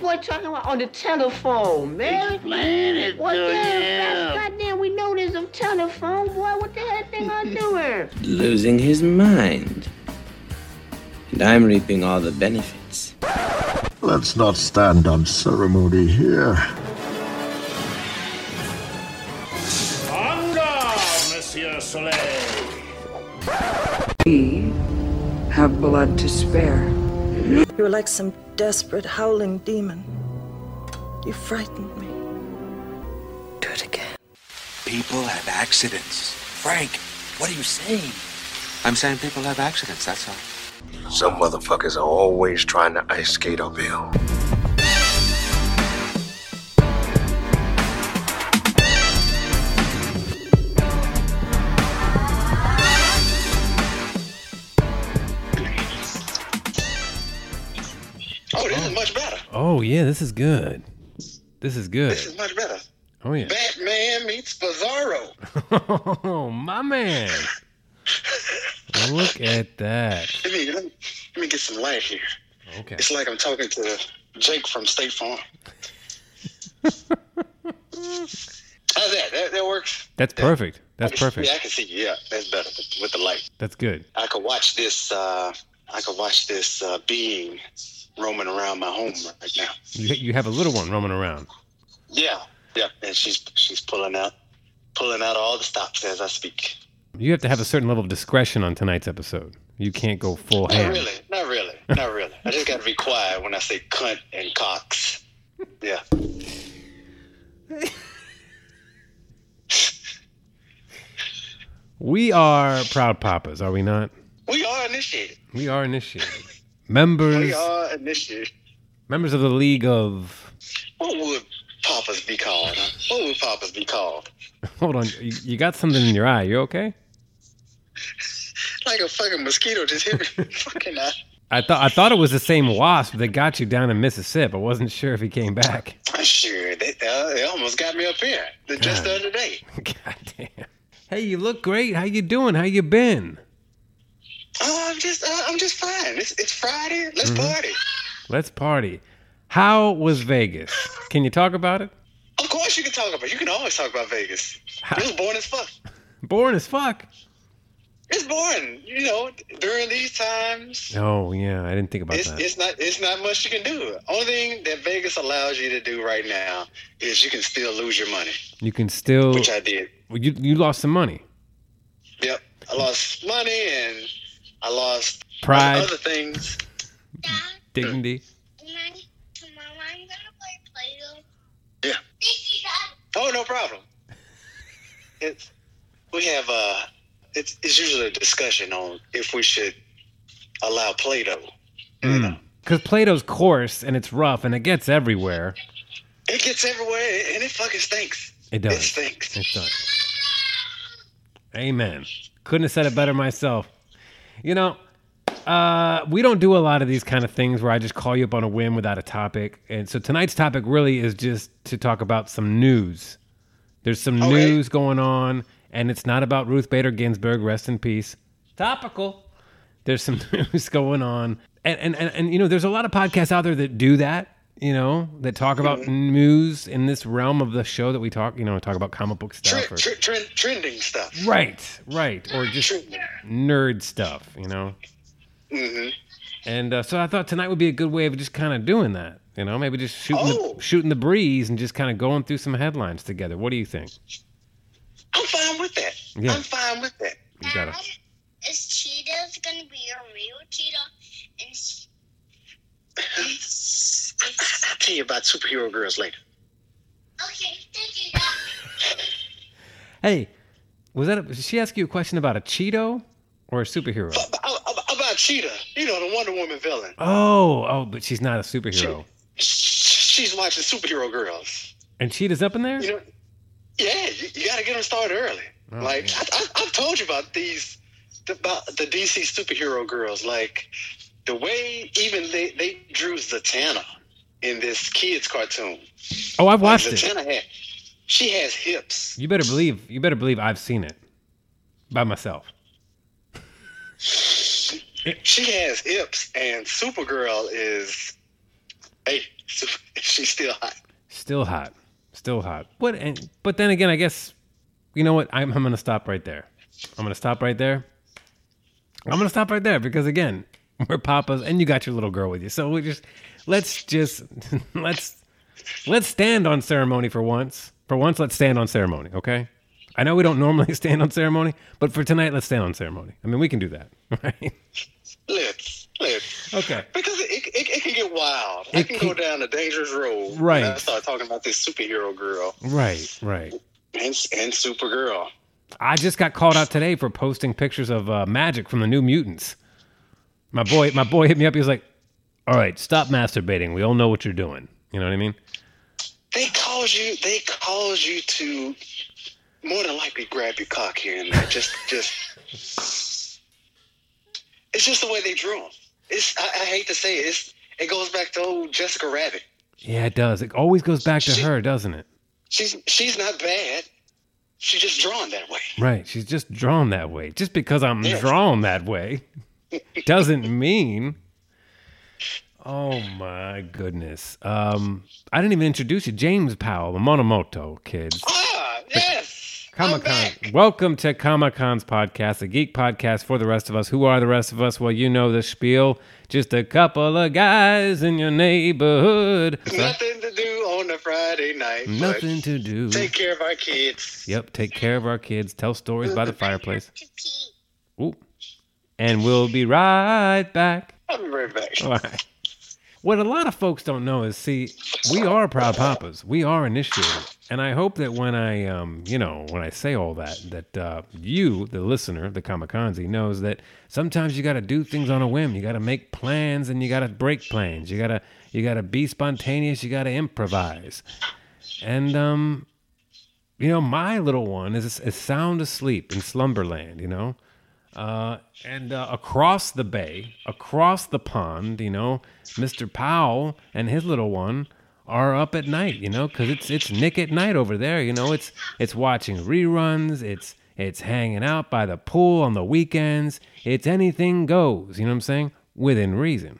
boy talking about on the telephone, man? Explain it Well, to yeah, you. God- goddamn, we know there's a telephone, boy. What the hell thing I doing? losing his mind. And I'm reaping all the benefits. Let's not stand on ceremony here. Monsieur Soleil. We have blood to spare. You were like some desperate howling demon. You frightened me. Do it again. People have accidents. Frank, what are you saying? I'm saying people have accidents, that's all. Some motherfuckers are always trying to ice skate uphill. Oh, this is much better. Oh yeah, this is good. This is good. This is much better. Oh yeah. Batman meets Bizarro. Oh my man. Look at that. Let me, let me let me get some light here. Okay. It's like I'm talking to Jake from State Farm. How's that? That, that works. That's perfect. That's Yeah, I perfect. can see you. Yeah, that's better with, with the light. That's good. I could watch this. Uh, I could watch this uh, being roaming around my home right now. You you have a little one roaming around. Yeah, yeah, and she's she's pulling out, pulling out all the stops as I speak. You have to have a certain level of discretion on tonight's episode. You can't go full Not hand. really, not really, not really. I just got to be quiet when I say cunt and cocks. Yeah. We are proud papas, are we not? We are initiated. We are initiated. We Members are initiated. members of the League of What would papas be called? huh? What would papas be called? Hold on. You, you got something in your eye. You okay? Like a fucking mosquito just hit me. fucking uh, eye. I thought I thought it was the same wasp that got you down in Mississippi. I wasn't sure if he came back. I'm sure they, uh, they almost got me up here the- just the God. other day. God damn. Hey, you look great. How you doing? How you been? Oh, I'm just, uh, I'm just fine. It's, it's Friday. Let's party. Let's party. How was Vegas? Can you talk about it? Of course, you can talk about. You can always talk about Vegas. It was boring as fuck. Boring as fuck. It's boring. You know, during these times, Oh yeah, I didn't think about it's, that. it's not it's not much you can do. Only thing that Vegas allows you to do right now is you can still lose your money, you can still which I did. you you lost some money. Yep, I lost money and I lost Pride. other things. Hmm. Dignity. Yeah. Oh, no problem. It's we have uh, it's it's usually a discussion on if we should allow Play-Doh. Because Plato's coarse and it's rough and it gets everywhere. It gets everywhere and it fucking stinks. It It does. stinks. It's done. Amen. Couldn't have said it better myself. You know, uh, we don't do a lot of these kind of things where I just call you up on a whim without a topic. And so tonight's topic really is just to talk about some news. There's some Okay. news going on, and it's not about Ruth Bader Ginsburg, rest in peace. Topical. There's some news going on. And, and, and, and you know, there's a lot of podcasts out there that do that, you know, that talk about Mm-hmm. news in this realm of the show that we talk, you know, talk about comic book Tre- stuff. or- tre- tre- trending stuff. Right, right, or just Trending. nerd stuff, you know. hmm And uh, so I thought tonight would be a good way of just kind of doing that, you know, maybe just shooting Oh. the, shooting the breeze and just kind of going through some headlines together. What do you think? I'm fine with that. Yeah. I'm fine with that. You got it. Is Cheetah's gonna be a real cheetah? And s- I'll tell you about superhero girls later. okay, thank you. Doc. Hey, was that a, did she ask you a question about a Cheeto or a superhero? Ab- ab- ab- About Cheetah, you know the Wonder Woman villain. Oh, oh, but she's not a superhero. Sh- She's watching superhero girls. And Cheetah's up in there? You know, yeah, you, you got to get them started early. Oh, like yeah. I, I, I've told you about these, about the DC superhero girls. Like the way even they they drew Zatanna in this kids cartoon. Oh, I've Like, watched it. Zatanna had, she has hips. You better believe, you better believe I've seen it by myself. She has hips, and Supergirl is Hey, she's still hot. Still hot. Still hot. What? And but then again, I guess you know what? I'm I'm gonna stop right there. I'm gonna stop right there. I'm gonna stop right there because again, we're papas, and you got your little girl with you. So we just let's just let's let's stand on ceremony for once. For once, let's stand on ceremony. Okay. I know we don't normally stand on ceremony, but for tonight, let's stand on ceremony. I mean, we can do that, right? Let's let's. Okay. Because it, it, it can get wild. I It can, can- go down a dangerous road. when Right. I start talking about this superhero girl Right. Right. and and Supergirl. I just got called out today for posting pictures of uh, magic from the New Mutants. My boy, my boy hit me up. He was like, "All right, stop masturbating. We all know what you're doing." You know what I mean? They cause you. They cause you to more than likely grab your cock here and there. Just just. It's just the way they drew 'em. It's I, I hate to say it. It's, it goes back to old Jessica Rabbit. Yeah, it does. It always goes back to her, doesn't it? She's she's not bad. She's just drawn that way. Right. She's just drawn that way. Just because I'm drawn that way doesn't mean. Oh my goodness. Um, I didn't even introduce you, James Powell, the Monomoto kids. Ah, yes. Comic Con. Welcome to Comic Con's podcast, a geek podcast for the rest of us. Who are the rest of us? Well, you know the spiel. Just a couple of guys in your neighborhood. Nothing to do on a Friday night. but Nothing to do. Take care of our kids. Yep, take care of our kids. Tell stories by the fireplace. Ooh. And we'll be right back. I'll be right back. All right. What a lot of folks don't know is, see, we are proud papas. We are initiated, and I hope that when I, um, you know, when I say all that, that uh, you, the listener, the kamikaze, knows that sometimes you got to do things on a whim. You got to make plans, and you got to break plans. You gotta, you gotta be spontaneous. You gotta improvise, and um, you know, my little one is, is sound asleep in slumberland. You know, uh, and uh, across the bay, across the pond, you know, Mr. Powell and his little one are up at night, you know, because it's it's Nick at night over there, you know. It's it's watching reruns. It's it's hanging out by the pool on the weekends. It's anything goes. You know what I'm saying? Within reason.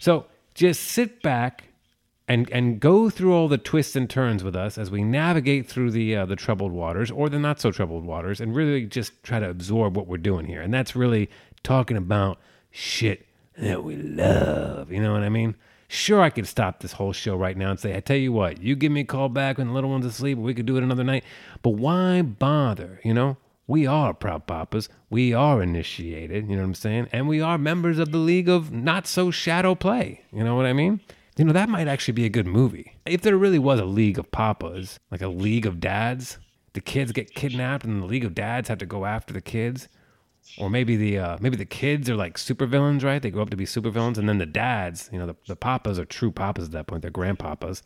So just sit back and and go through all the twists and turns with us as we navigate through the uh, the troubled waters or the not so troubled waters, and really just try to absorb what we're doing here. And that's really talking about shit that we love. You know what I mean? Sure, I could stop this whole show right now and say, I tell you what, you give me a call back when the little one's asleep, or we could do it another night. But why bother? You know, we are proud papas. We are initiated. You know what I'm saying? And we are members of the League of Not So Shadow Play. You know what I mean? You know, that might actually be a good movie. If there really was a League of Papas, like a League of Dads, the kids get kidnapped and the League of Dads have to go after the kids. Or maybe the uh, maybe the kids are like supervillains, right? They grow up to be supervillains, and then the dads, you know, the, the papas are true papas at that point. They're grandpapas.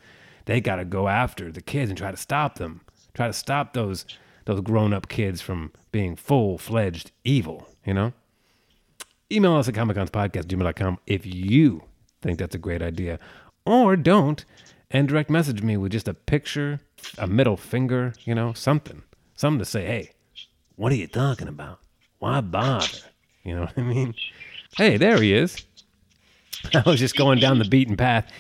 They got to go after the kids and try to stop them. Try to stop those those grown up kids from being full fledged evil. You know email us at comiconspodcast.gmail.com if you think that's a great idea or don't and direct message me with just a picture a middle finger you know something something to say hey what are you talking about why bother you know what i mean hey there he is i was just going down the beaten path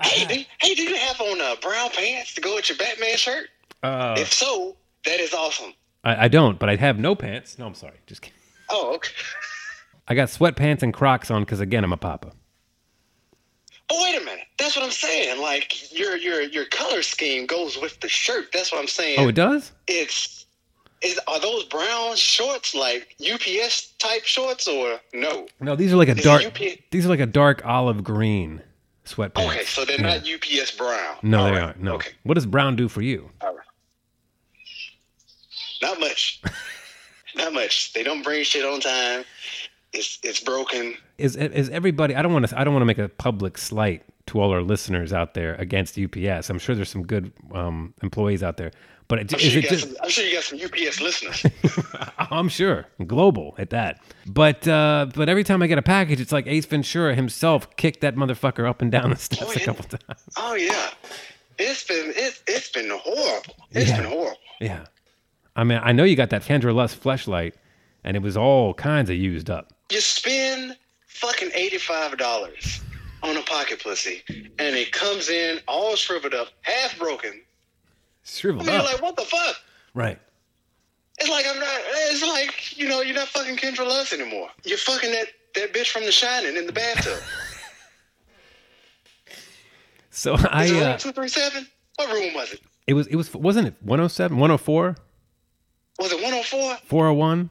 Hey, do, hey, do you have on uh, brown pants to go with your Batman shirt? uh, if so, that is awesome. I, I don't but i have no pants no i'm sorry just kidding Oh, okay. i got sweatpants and crocs on because again i'm a papa But wait a minute. That's what I'm saying. Like your your your color scheme goes with the shirt. That's what I'm saying. oh it does It's is are those brown shorts like UPS type shorts or no? No, these are like a Is it dark. UPS? These are like a dark olive green sweatpants. Okay, so they're Yeah. not UPS brown. No, All they right, aren't. No. Okay. What does brown do for you? All right. Not much. Not much. They don't bring shit on time. It's it's broken. Is is everybody? I don't want to. I don't want to make a public slight to all our listeners out there against UPS. I'm sure there's some good um, employees out there, but it, I'm is sure, you it got just? some, I'm sure you got some UPS listeners. I'm sure global at that. But uh, but every time I get a package, it's like Ace Ventura himself kicked that motherfucker up and down the steps a couple times. oh yeah. It's been it's it's been horrible. It's Yeah. been horrible. Yeah. I mean, I know you got that Kendra Lust flashlight, and it was all kinds of used up. You spend fucking eighty five dollars on a pocket pussy, and it comes in all shriveled up, half broken. Shriveled I mean, up. like what the fuck? Right. It's like I'm not. It's like you know, you're not fucking Kendra Love anymore. You're fucking that that bitch from The Shining in the bathtub. So Is I it uh, room two three seven? What room was it? it was it was wasn't it 107 104 Was it 104? 401?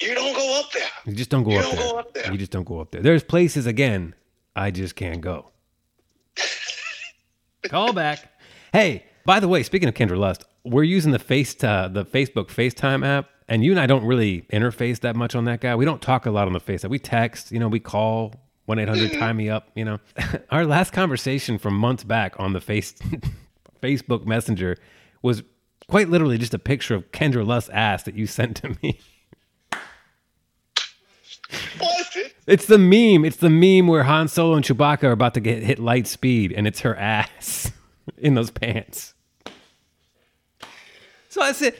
You don't go up there. You just don't go, You up, don't there. go up there. You just don't go up there. There's places again I just can't go. Call back. Hey, by the way, speaking of Kendra Lust, we're using the face uh, the Facebook FaceTime app, and you and I don't really interface that much on that guy. We don't talk a lot on the FaceTime. We text, you know, we call one eight Mm-hmm. hundred tie me up, you know. Our last conversation from months back on the face Facebook Messenger was quite literally just a picture of Kendra Lust's ass that you sent to me. It's the meme. It's the meme where Han Solo and Chewbacca are about to get hit light speed, and it's her ass in those pants. So I said,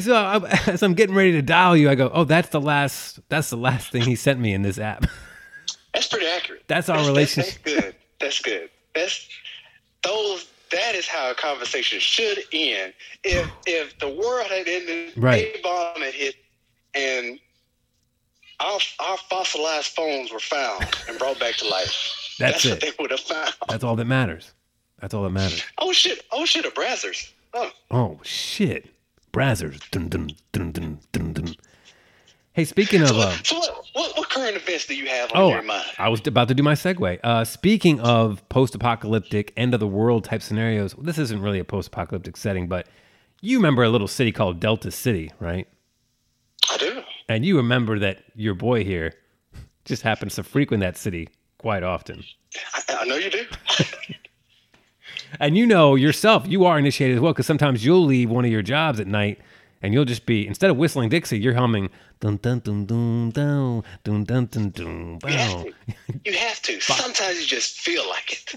so I, as I'm getting ready to dial you, I go, "Oh, that's the last. That's the last thing he sent me in this app. That's pretty accurate. That's our relationship." That's good. That's good. That's those. That is how a conversation should end. If if the world had ended, Right. a bomb had hit, and our our fossilized phones were found and brought back to life. That's what it. they would have found. That's all that matters. That's all that matters. Oh shit! Oh shit! A Brazzers. Oh, Oh shit, Brazzers. Dun, dun, dun, dun, dun, dun. Hey, speaking of. Uh, so what, what? What current events do you have on Oh, your mind? I was about to do my segue. Uh, speaking of post-apocalyptic, end of the world type scenarios, this isn't really a post-apocalyptic setting, but you remember a little city called Delta City, right? I do. And you remember that your boy here just happens to frequent that city quite often. I, I know you do. And you know yourself, you are initiated as well, because sometimes you'll leave one of your jobs at night and you'll just be instead of whistling Dixie, you're humming dun dun dun dun dun dun dun dun dun bow. You have to. Sometimes you just feel like it.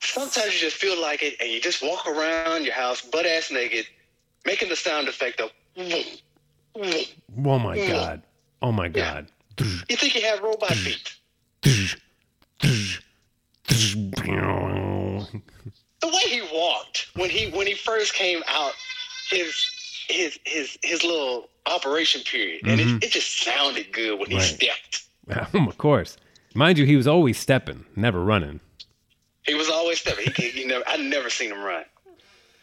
Sometimes you just feel like it, and you just walk around your house butt ass naked, making the sound effect of. "Vroom, vroom." Oh my Mm. god. Oh my god. You think you have robot feet? The way he walked when he when he first came out, his his his his little operation period, and Mhm. it, it just sounded good when he Right. stepped. of course. Mind you, he was always stepping, never running. He was always stepping. He, he never. I never seen him run.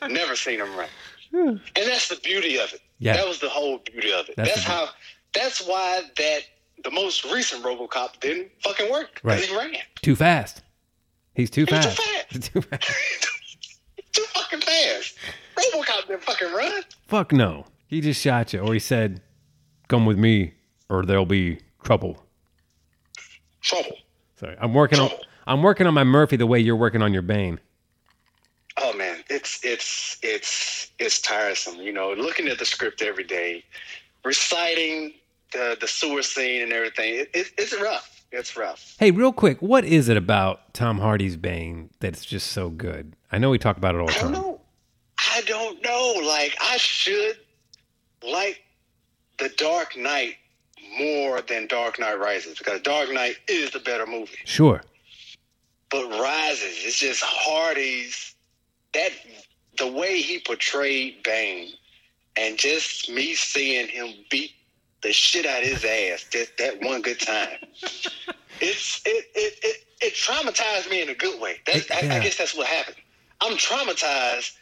Never seen him run. Hmm. And that's the beauty of it. Yeah. That was the whole beauty of it. That's That's, the how. That's why that the most recent RoboCop didn't fucking work. 'cause Right. He ran Too fast. He's too He was too fast. Too fast. too fucking fast. RoboCop didn't fucking run. Fuck no. He just shot you, or he said, "Come with me, or there'll be trouble." Trouble. Sorry, I'm working on. I'm working on my Murphy the way you're working on your Bane. Oh man, it's it's it's it's tiresome. You know, looking at the script every day, reciting the the sewer scene and everything. It, it, it's rough. It's rough. Hey, real quick, what is it about Tom Hardy's Bane that's just so good? I know we talk about it all the time. I don't know. Like I should like the Dark Knight more than Dark Knight Rises because Dark Knight is the better movie. Sure. But Rises, it's just Hardy's that the way he portrayed Bane and just me seeing him beat the shit out of his ass just that one good time. it's it it, it it traumatized me in a good way. That's, I, yeah. I guess that's what happened. I'm traumatized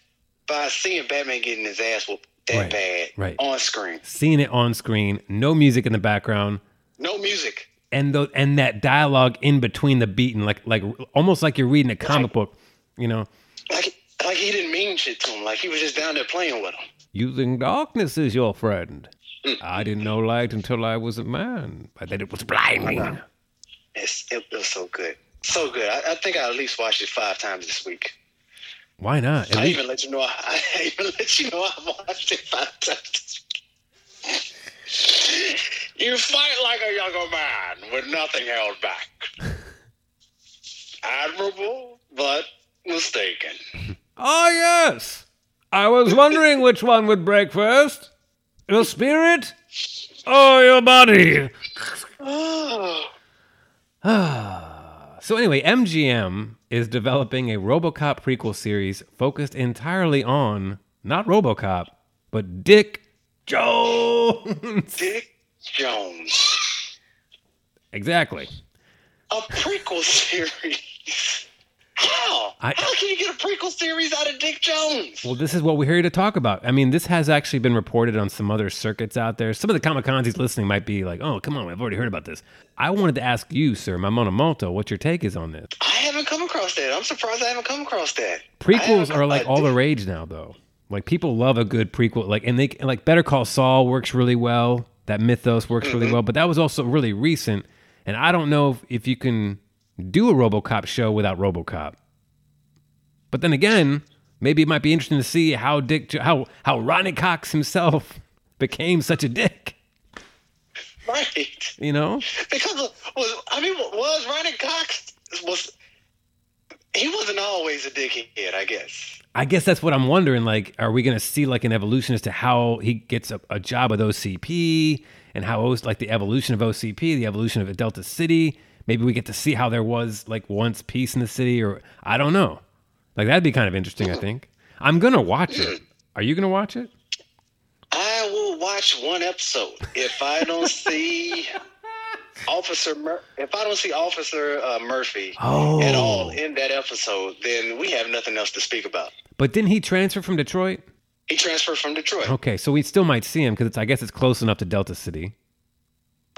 by seeing Batman getting his ass whooped that Right, bad right. on screen. Seeing it on screen, no music in the background, No music. and tho- and that dialogue in between the beating, like like almost like you're reading a comic book, you know. Like like he didn't mean shit to him. Like he was just down there playing with him. Using darkness is your friend. I didn't know light until I was a man, but then it was blinding. It's, it was so good. So good. I, I think I at least watched it five times this week. Why not? At I least- even let you know. I, I even let you know I watched it five times. you fight like a younger man with nothing held back. Admirable, but mistaken. Ah, yes. I was wondering which one would break first. Your spirit or your body? Oh, so anyway, MGM is developing a RoboCop prequel series focused entirely on not RoboCop, but Dick Jones. Dick Jones. Exactly. A prequel series. How? I- How can you get a prequel series out of Dick Jones? Well, this is what we're here to talk about. I mean, this has actually been reported on some other circuits out there. Some of the Comic Consies listening might be like, oh, come on, I've already heard about this. I wanted to ask you, sir, Mamona Malta, what your take is on this. I haven't come across that. I'm surprised I haven't come across that. Prequels are uh, like all the rage now, though. Like people love a good prequel. Like and they like Better Call Saul works really well. That mythos works really well, but that was also really recent. And I don't know if, if you can do a RoboCop show without RoboCop. But then again, maybe it might be interesting to see how Dick Jo- how how Ronnie Cox himself became such a dick. Right. You know? Because of- was I mean was Ronnie Cox was he wasn't always a dickhead, I guess. I guess that's what I'm wondering. Like, are we going to see like an evolution as to how he gets a, a job with OCP and how O- like the evolution of OCP, the evolution of Delta City? Maybe we get to see how there was like once peace in the city, or I don't know. Like that'd be kind of interesting. I think I'm gonna watch it. Are you gonna watch it? I will watch one episode if I don't see Officer Mur- if I don't see Officer uh, Murphy at Oh. all in that episode, then we have nothing else to speak about. But didn't he transfer from Detroit? He transferred from Detroit, Okay, so we still might see him because I guess it's close enough to Delta City.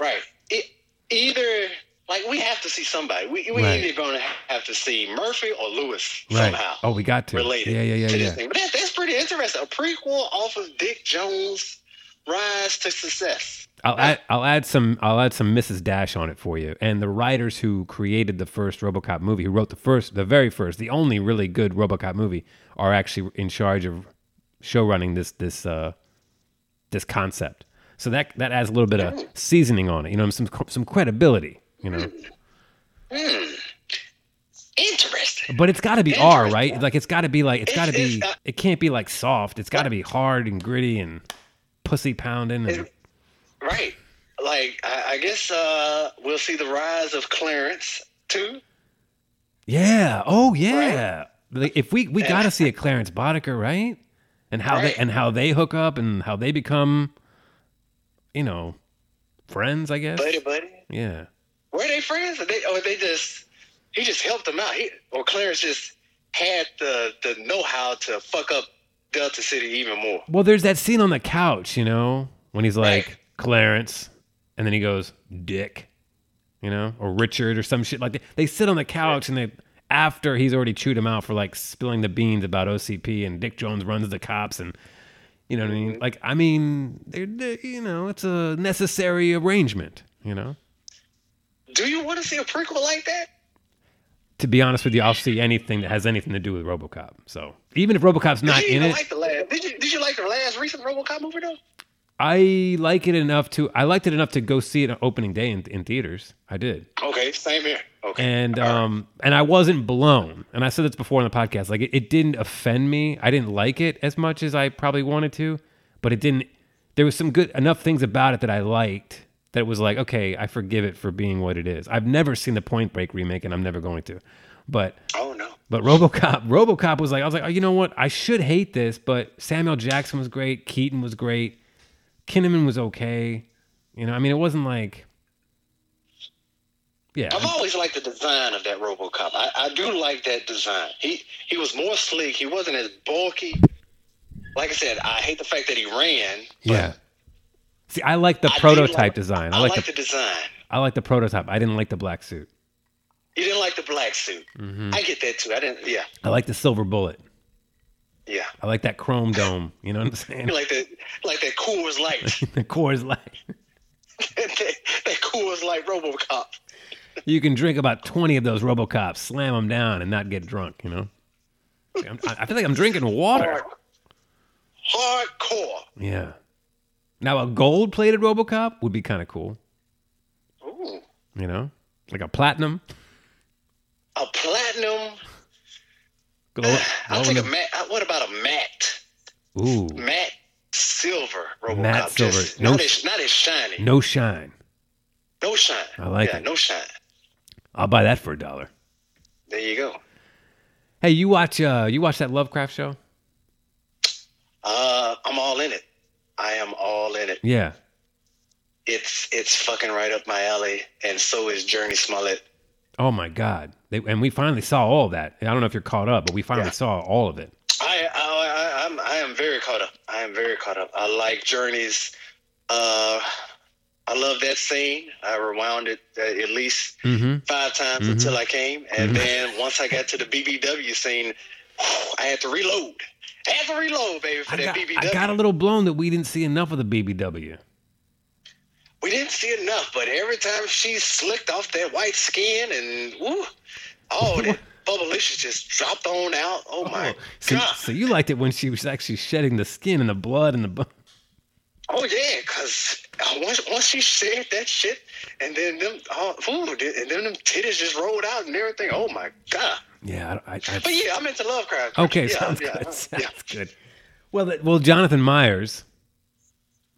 right? E- either like we have to see somebody. We we Right. either going to have to see Murphy or Lewis somehow. Oh, we got to. related Yeah, yeah, to yeah, this yeah. thing. But that, that's pretty interesting. A prequel off of Dick Jones' rise to success. I'll add, I'll add some I'll add some Mrs. Dash on it for you. And the writers who created the first RoboCop movie, who wrote the first, the very first, the only really good RoboCop movie, are actually in charge of show running this this uh, this concept. So that that adds a little bit of seasoning on it. You know, some some credibility. You know, Hmm. Interesting. but it's got to be R, right? Like it's got to be like it's got to be. It's- it's- It can't be like soft. It's got to be hard and gritty and pussy pounding. And, Right. Like I, I guess uh, we'll see the rise of Clarence too. Yeah. Oh yeah. Like, if we we got to see a Clarence Boddicker, right? And how they Right. and how they hook up and how they become, you know, friends. I guess. Buddy, buddy. Yeah. Were they friends? Or they, or they just he just helped them out. He, or Clarence just had the the know how to fuck up Delta City even more. Well, there's that scene on the couch, you know, when he's like Clarence, and then he goes Dick, you know, or Richard or some shit like that. They sit on the couch and they after he's already chewed him out for like spilling the beans about OCP and Dick Jones runs the cops and you know what I mean. Like I mean, they're, they you know, it's a necessary arrangement, you know. Do you want to see a prequel like that? To be honest with you, I'll see anything that has anything to do with RoboCop. So even if RoboCop's not did you in even it, like the last? Did you did you like the last recent RoboCop movie though? I like it enough to I liked it enough to go see it on opening day in, in theaters. I did. Okay, same here. Okay. And um and I wasn't blown. And I said this before on the podcast. Like it, it didn't offend me. I didn't like it as much as I probably wanted to, but it didn't there was some good enough things about it that I liked that it was like, okay, I forgive it for being what it is. I've never seen the Point Break remake and I'm never going to. But oh no. but RoboCop, RoboCop was like, I was like, oh, you know what? I should hate this, but Samuel Jackson was great, Keaton was great, Kinnaman was okay. You know, I mean, it wasn't like, yeah, I've always liked the design of that RoboCop. I, I do like that design. He he was more sleek. He wasn't as bulky. Like I said, I hate the fact that he ran. yeah. See, I like the I do prototype like- design. I, I like like the, the, design. I like the prototype. I didn't like the black suit. You didn't like the black suit. Mhm. I get that too. I didn't. Yeah, I like the silver bullet. yeah. I like that chrome dome. You know what I'm saying? like that, like that Coors Light. the core is like that, that Coors Light RoboCop. you can drink about 20 of those RoboCops, slam them down, and not get drunk. You know, I'm- I I feel like I'm drinking water. Hardcore. Yeah. Now a gold plated RoboCop would be kind of cool, Ooh. you know, like a platinum. A platinum. Gold, Eh, I'll take a matte. uh, What about a matte? Ooh, Matte silver RoboCop. Matte silver. Just No not, sh- as, not as shiny. no shine. No shine. I like yeah, it. No shine. I'll buy that for a dollar. There you go. Hey, you watch uh you watch that Lovecraft show? Uh, I'm all in it. I am all in it. Yeah. It's it's fucking right up my alley, and so is Journey Smollett. Oh my God! They, and we finally saw all of that. I don't know if you're caught up, but we finally Yeah. saw all of it. I, I, I I'm I am very caught up. I am very caught up. I like Journey's. Uh, I love that scene. I rewound it uh, at least Mm-hmm. five times Mhm. until I came, and Mhm. then once I got to the BBW scene, I had to reload. I had to reload, baby, for that BBW. I got a little blown that we didn't see enough of the BBW. we didn't see enough, but every time she slicked off that white skin and woo, all that bubblicious just dropped on out. Oh my! So, so you liked it when she was actually shedding the skin and the blood and the. bu- Oh, yeah, because once once she said that shit, and then them oh, ooh, and then them titties just rolled out and everything. Oh my god! Yeah. I, I, I- But yeah, I'm into Lovecraft. Okay, yeah, sounds yeah, good. Sounds good. Well, that, well, Jonathan Myers,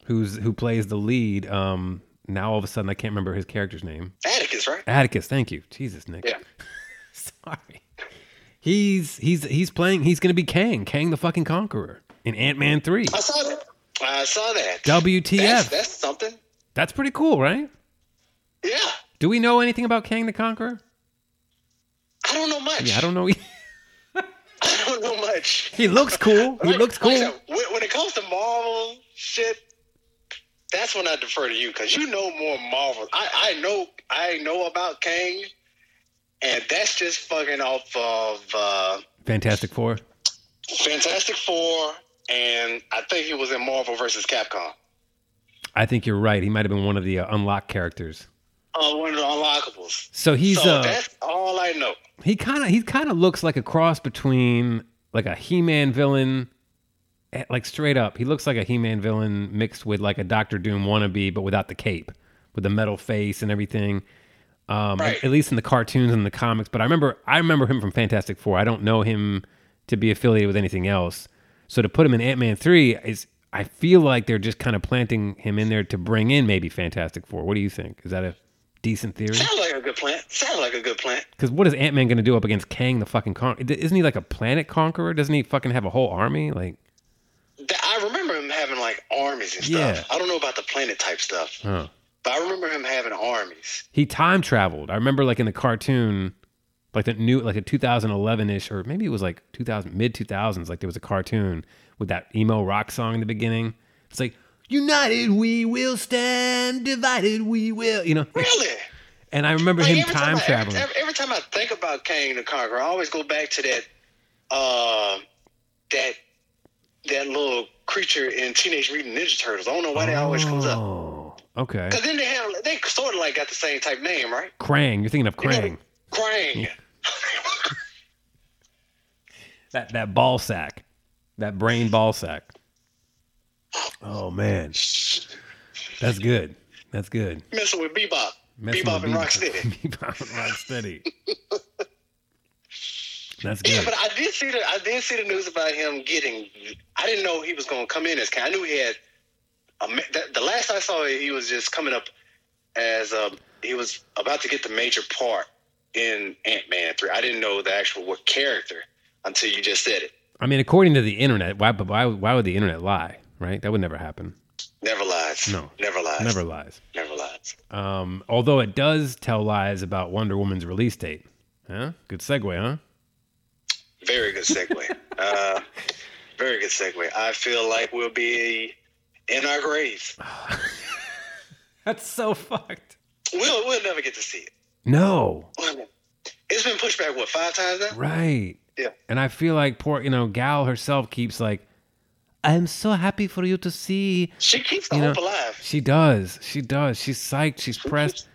who's who plays the lead. Um, now all of a sudden I can't remember his character's name. Atticus, right? Atticus. Thank you, Jesus, Nick. Yeah. Sorry. He's he's he's playing. He's going to be Kang, Kang the fucking Conqueror in Ant Man three. I saw that. I saw that. WTF? That's, that's something. That's pretty cool, right? Yeah, Do we know anything about Kang the Conqueror? I don't know much. Yeah, I don't know. I don't know much. he looks cool. He Like- looks like I cool. said, When, when it comes to Marvel shit, that's when I defer to you because you know more Marvel. I, I know I know about Kang, and that's just fucking off of uh, Fantastic Four. Fantastic Four, and I think he was in Marvel versus Capcom. I think you're right. He might have been one of the uh, unlocked characters. Uh, one of the unlockables. So he's so uh, that's all I know. he kind of he kind of looks like a cross between like a He-Man villain, eh, like straight up. He looks like a He-Man villain mixed with like a Doctor Doom wannabe, but without the cape, with the metal face and everything. Um, Right. at, at least in the cartoons and the comics. But I remember I remember him from Fantastic Four. I don't know him to be affiliated with anything else. So to put him in Ant Man three is I feel like they're just kind of planting him in there to bring in maybe Fantastic Four. What do you think? Is that a decent theory? Sounds like a good plan. Sounds like a good plan. Because what is Ant Man going to do up against Kang the fucking Conqueror? Isn't he like a planet conqueror? Doesn't he fucking have a whole army? Like, Th- I remember him having like armies and stuff. Yeah. I don't know about the planet type stuff, huh. but I remember him having armies. He time traveled. I remember like in the cartoon, like the new, like a 2011 ish, or maybe it was like 2000, mid 2000s, like there was a cartoon with that emo rock song in the beginning. It's like, United we will stand, divided we will, you know? Really? And I remember Like, him every time I- every- traveling. Every, every time I think about Kang the Conqueror, I always go back to that, uh, that that little creature in Teenage Mutant Ninja Turtles. I don't know why that always comes up. oh, okay. Cause then they have they sort of like got the same type name, right? Krang. You're thinking of Krang. Krang. That that ball sack, that brain ball sack. Oh man, that's good. That's good. Messing with Bebop. Messing Bebop with and Rocksteady. Bebop and Rocksteady. That's Yeah, good. but I did see the I did see the news about him getting. I didn't know he was going to come in as Kang. I knew he had. A, ma- the, the last I saw, he was just coming up as a. He was about to get the major part in Ant Man three. I didn't know the actual what character until you just said it. I mean, according to the internet, why? But why? Why would the internet lie? Right? That would never happen. Never lies. No. Never lies. Never lies. Never lies. Um, although it does tell lies about Wonder Woman's release date. Huh? Good segue, huh? Very good segue. uh, very good segue. I feel like we'll be in our graves. That's so fucked. We'll we'll never get to see it. No. It's been pushed back what five times now. Right. Yeah. And I feel like poor, you know, Gal herself keeps like, I'm so happy for you to see. She keeps the You know, hope alive. She does. She does. She's psyched. She's pressed.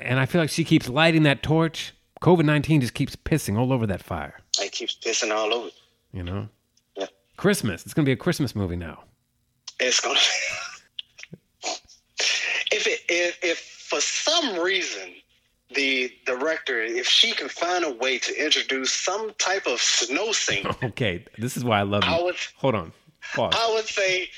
And I feel like she keeps lighting that torch. COVID 19 just keeps pissing all over that fire, It keeps pissing all over. you know? Yeah. Christmas. It's going to be a Christmas movie now. It's gonna. if it if, if for some reason the director, if she can find a way to introduce some type of snow scene, Okay. This is why I love I you. would Hold on. Pause. I would say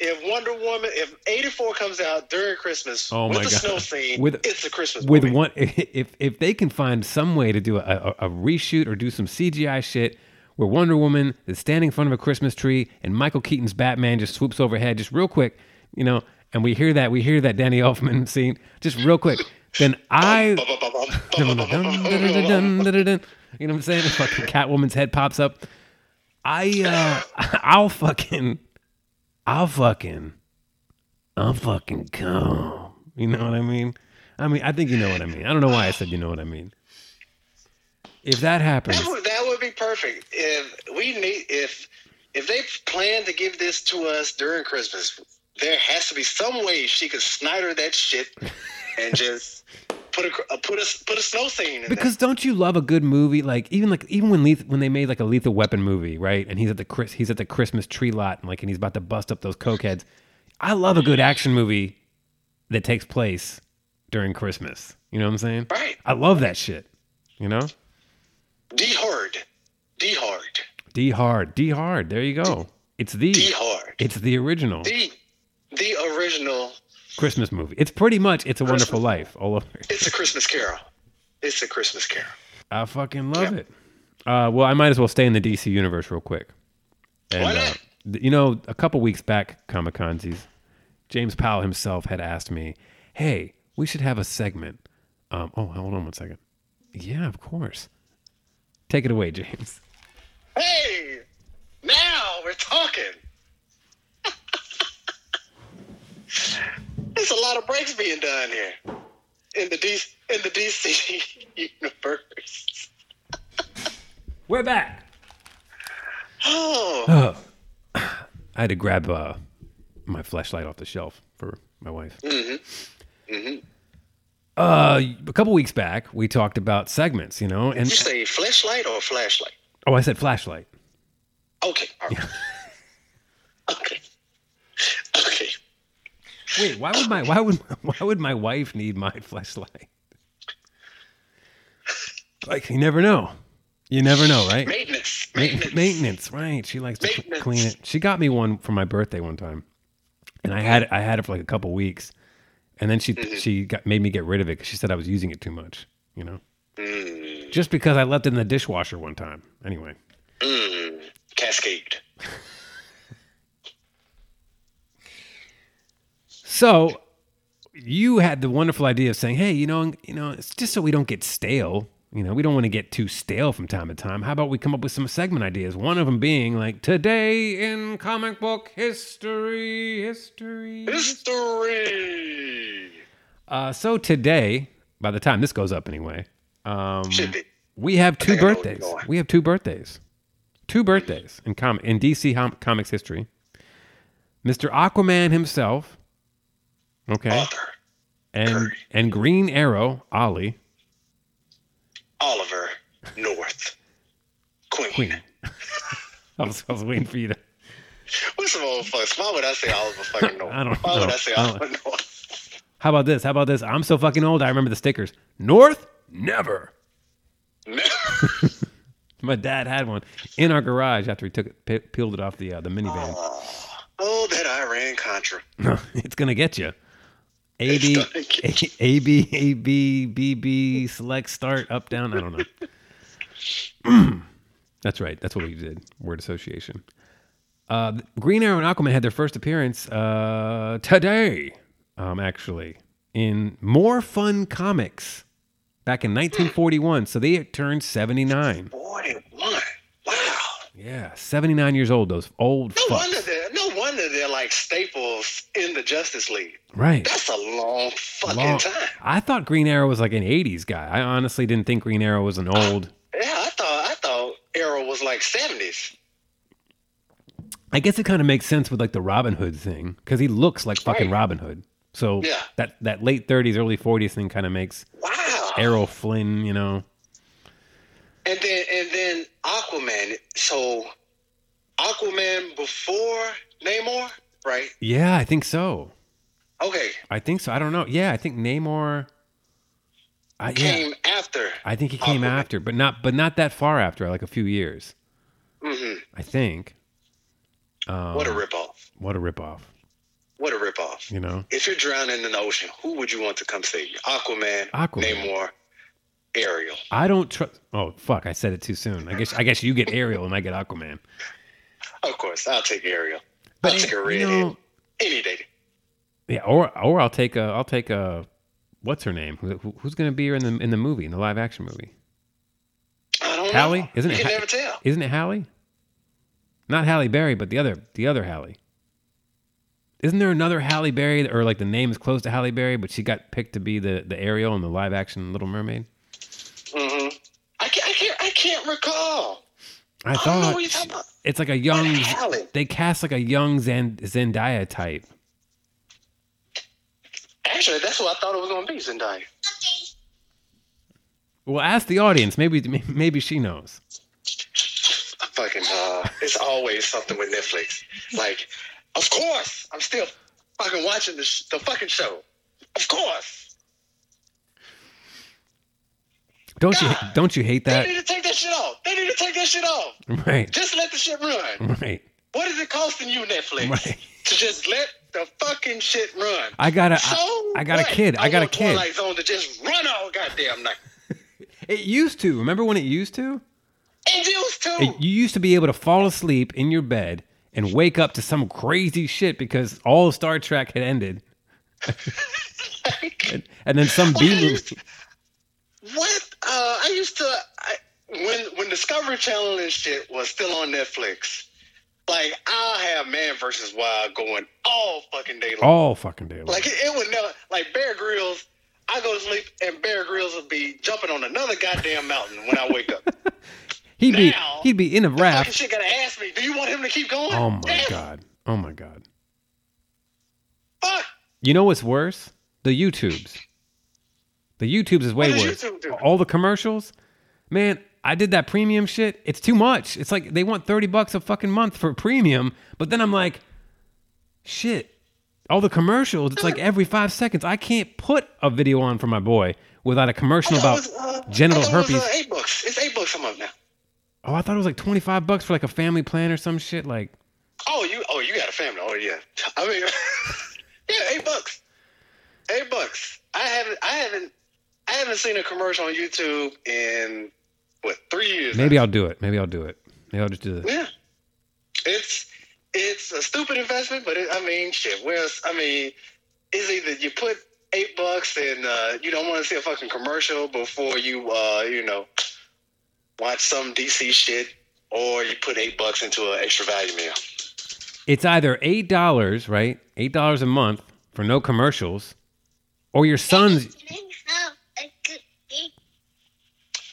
if Wonder Woman, if '84 comes out during Christmas Oh with my the God. snow scene, With- it's a Christmas with movie. one if if they can find some way to do a, a, a reshoot or do some CGI shit where Wonder Woman is standing in front of a Christmas tree and Michael Keaton's Batman just swoops overhead just real quick, you know, and we hear that we hear that Danny Elfman scene just real quick, then Oh, I Dun, dun, dun, dun, dun, dun, dun, dun. you know what I'm saying? Fucking Catwoman's head pops up. I uh I'll fucking I'll fucking I'll fucking come. You know what I mean? I mean, I think you know what I mean. I don't know why I said you know what I mean. If that happens, That would, that would be perfect. If we need, if if they plan to give this to us during Christmas, there has to be some way she could Snyder that shit and just put a cr- uh, put a put a snow scene in because don't you love a good movie? Like even like even when Leth- when they made like a Lethal Weapon movie, right? And he's at the Chris he's at the Christmas tree lot and like and he's about to bust up those cokeheads. I love a good action movie that takes place during Christmas. You know what I'm saying? Right. I love that shit. You know, there. D hard, D hard, D hard, D hard. There you go. It's the D hard, It's the original the the original. Christmas movie. It's pretty much It's a Wonderful Life all over. It's a Christmas Carol. It's a Christmas Carol. I fucking love it. Uh, well, I might as well stay in the DC universe real quick. And, Why uh, not? th- you know, a couple weeks back, Comic Consies, James Powell himself had asked me, "Hey, we should have a segment." Um, oh, hold on one second. Yeah, of course. Take it away, James. Hey, now we're talking. There's a lot of breaks being done here in the D- in the DC universe. We're back. Oh, Oh, I had to grab uh, my flashlight off the shelf for my wife. mm-hmm. Mm-hmm. Uh, a couple weeks back, we talked about segments, you know, and you say flashlight or flashlight? oh, I said flashlight. Okay, all right. okay, okay. Wait, why would my why would why would my wife need my flashlight? Like you never know, you never know, right? Maintenance, Ma- Maintenance, right? She likes to cl- clean it. She got me one for my birthday one time, and I had it, I had it for like a couple weeks, and then she she got, made me get rid of it because she said I was using it too much, you know, Mm, just because I left it in the dishwasher one time. Anyway, mm, cascade. So you had the wonderful idea of saying, "Hey, you know, you know, it's just so we don't get stale. You know, we don't want to get too stale from time to time. How about we come up with some segment ideas? One of them being like today in comic book history, history." History. Uh, so today, by the time this goes up, anyway, um, Should be. we have two think I know where you're birthdays. going. We have two birthdays, two birthdays in com- in DC hom- comics history. Mister Aquaman himself, okay, Author and and Green Arrow Ollie Oliver North Queen. Queen. I was, I was waiting for you to. What's some old fucks? Why would I say Oliver fucking North? I don't Why would know. Oh. I say I Oliver North? How about this? How about this? I'm so fucking old. I remember the stickers. North, never. No. My dad had one in our garage after he took it, pe- peeled it off the uh, the minivan. Oh, that Iran Contra. it's gonna get you. A B A- A B A B B B select start up down. I don't know. That's right. That's what we did. Word association. Uh, Green Arrow and Aquaman had their first appearance uh, today, um, actually, in More Fun Comics back in 1941. So they turned 79. 41. Wow. Yeah, 79 years old. Those old No wonder fucks. they're no wonder they're like staples in the Justice League. Right. That's a long fucking Long- time. I thought Green Arrow was like an 80s guy. I honestly didn't think Green Arrow was an old. Yeah, I thought I thought Arrow was like seventies. I guess it kind of makes sense with like the Robin Hood thing because he looks like fucking Right. Robin Hood. So Yeah. that that late 30s, early 40s thing kind of makes Wow. Arrow Flynn, you know. And then and then Aquaman. So Aquaman before Namor, right? Yeah, I think so. Okay. I think so. I don't know. Yeah, I think Namor. I, yeah, Came after. I think he came Aquaman. after, but not but not that far after, like a few years, hmm I think. Um, Uh-huh. What a ripoff. What a ripoff! What a ripoff. You know, If you're drowning in the ocean, who would you want to come save you? Aquaman, Aquaman. Namor, Ariel. I don't trust. Oh fuck! I said it too soon. I guess I guess you get Ariel and I get Aquaman. Of course, I'll take Ariel. I'll take a you redhead know, any day. yeah, or or I'll take a I'll take a what's her name? Who, who- who's going to be her in the in the movie in the live action movie? I don't know. Hallie, isn't You it? can Ha- never tell. Isn't it Hallie? Not Halle Berry, but the other the other Hallie. Isn't there another Halle Berry, or like the name is close to Halle Berry, but she got picked to be the the Ariel in the live action Little Mermaid? hmm I can't. I can't. I can't recall. I I don't know thought what you're talking about. it's like a young. Halle. They cast like a young Zend- Zendaya type. Actually, that's what I thought it was going to be, Zendaya. Well, ask the audience. Maybe maybe she knows. I fucking. Uh, it's always something with Netflix. Like, of course, I'm still fucking watching the sh- the fucking show. Of course, Don't you don't you hate they that? need to take that shit off. They need to take that shit off. Right, Just let the shit run. right, What is it costing you, Netflix, right. to just let the fucking shit run? I got a So I, I got a what? kid. I got a want kid. Twilight Zone to just run all goddamn night. It used to. Remember when it used to? And used to. It, you used to be able to fall asleep in your bed and wake up to some crazy shit because all of Star Trek had ended. and, and then some B movie. What? Uh, I used to I, when when Discovery Channel and shit was still on Netflix. Like I'll have Man versus Wild going all fucking day long. All fucking day long. Like it, it would never. Like Bear Grylls, I go to sleep and Bear Grylls would be jumping on another goddamn mountain when I wake up. He'd be now- he'd be in a Fucking raft. shit gotta ask me. Do you want him to keep going? Oh my Yes. god. Oh my god. Fuck. You know what's worse? The YouTubes. The YouTubes is way What does worse. YouTube do? All the commercials. Man, I did that premium shit. It's too much. It's like they want 30 bucks a fucking month for premium, but then I'm like, shit. All the commercials, it's like every five seconds. I can't put a video on for my boy without a commercial about It was, uh, genital I thought it herpes. was, uh, eight bucks. It's eight bucks a month now. oh, I thought it was like 25 bucks for like a family plan or some shit. Like, Oh, you oh you got a family? Oh yeah. I mean, yeah, eight bucks. Eight bucks. I haven't I haven't I haven't seen a commercial on YouTube in what three years? maybe I'll do it. Maybe I'll do it. Maybe I'll just do this. Yeah. It's it's a stupid investment, but it, I mean, shit. Where's I mean, it's either you put eight bucks and uh, you don't want to see a fucking commercial before you uh, you know watch some DC shit, or you put eight bucks into an extra value meal. It's either eight dollars, right? Eight dollars a month for no commercials, or your son's Can I have a cookie?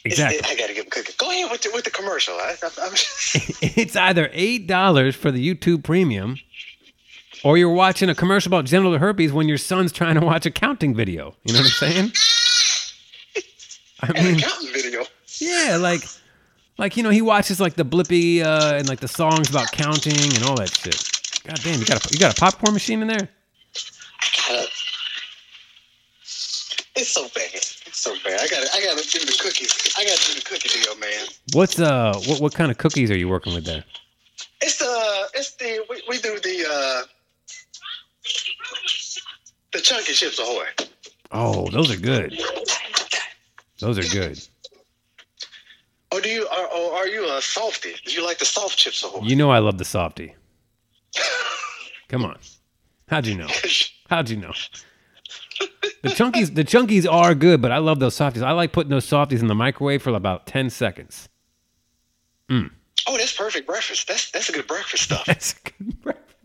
exactly. I gotta give him cookie. Go ahead with the, with the commercial. I, I, I'm just, It's either eight dollars for the YouTube Premium, or you're watching a commercial about genital herpes when your son's trying to watch a counting video. You know what I'm saying? I an mean, accountant video. yeah, like, like you know, he watches like the Blippy uh, and like the songs about counting and all that shit. God damn, you got a you got a popcorn machine in there? Uh, It's so bad. It's so bad. I gotta I gotta do the cookies. I gotta do the cookie deal, man. What's uh what what kind of cookies are you working with there? It's uh, it's the we, we do the uh, the chunky chips ahoy. Oh, those are good. Those are good. Or Oh, do you are or are you a softy? Do you like the soft chips ahoy? You know I love the softy. Come on. How'd you know? How'd you know? The chunkies the chunkies are good, but I love those softies. I like putting those softies in the microwave for about 10 seconds. Oh, that's perfect breakfast. That's that's a good breakfast stuff. That's good breakfast.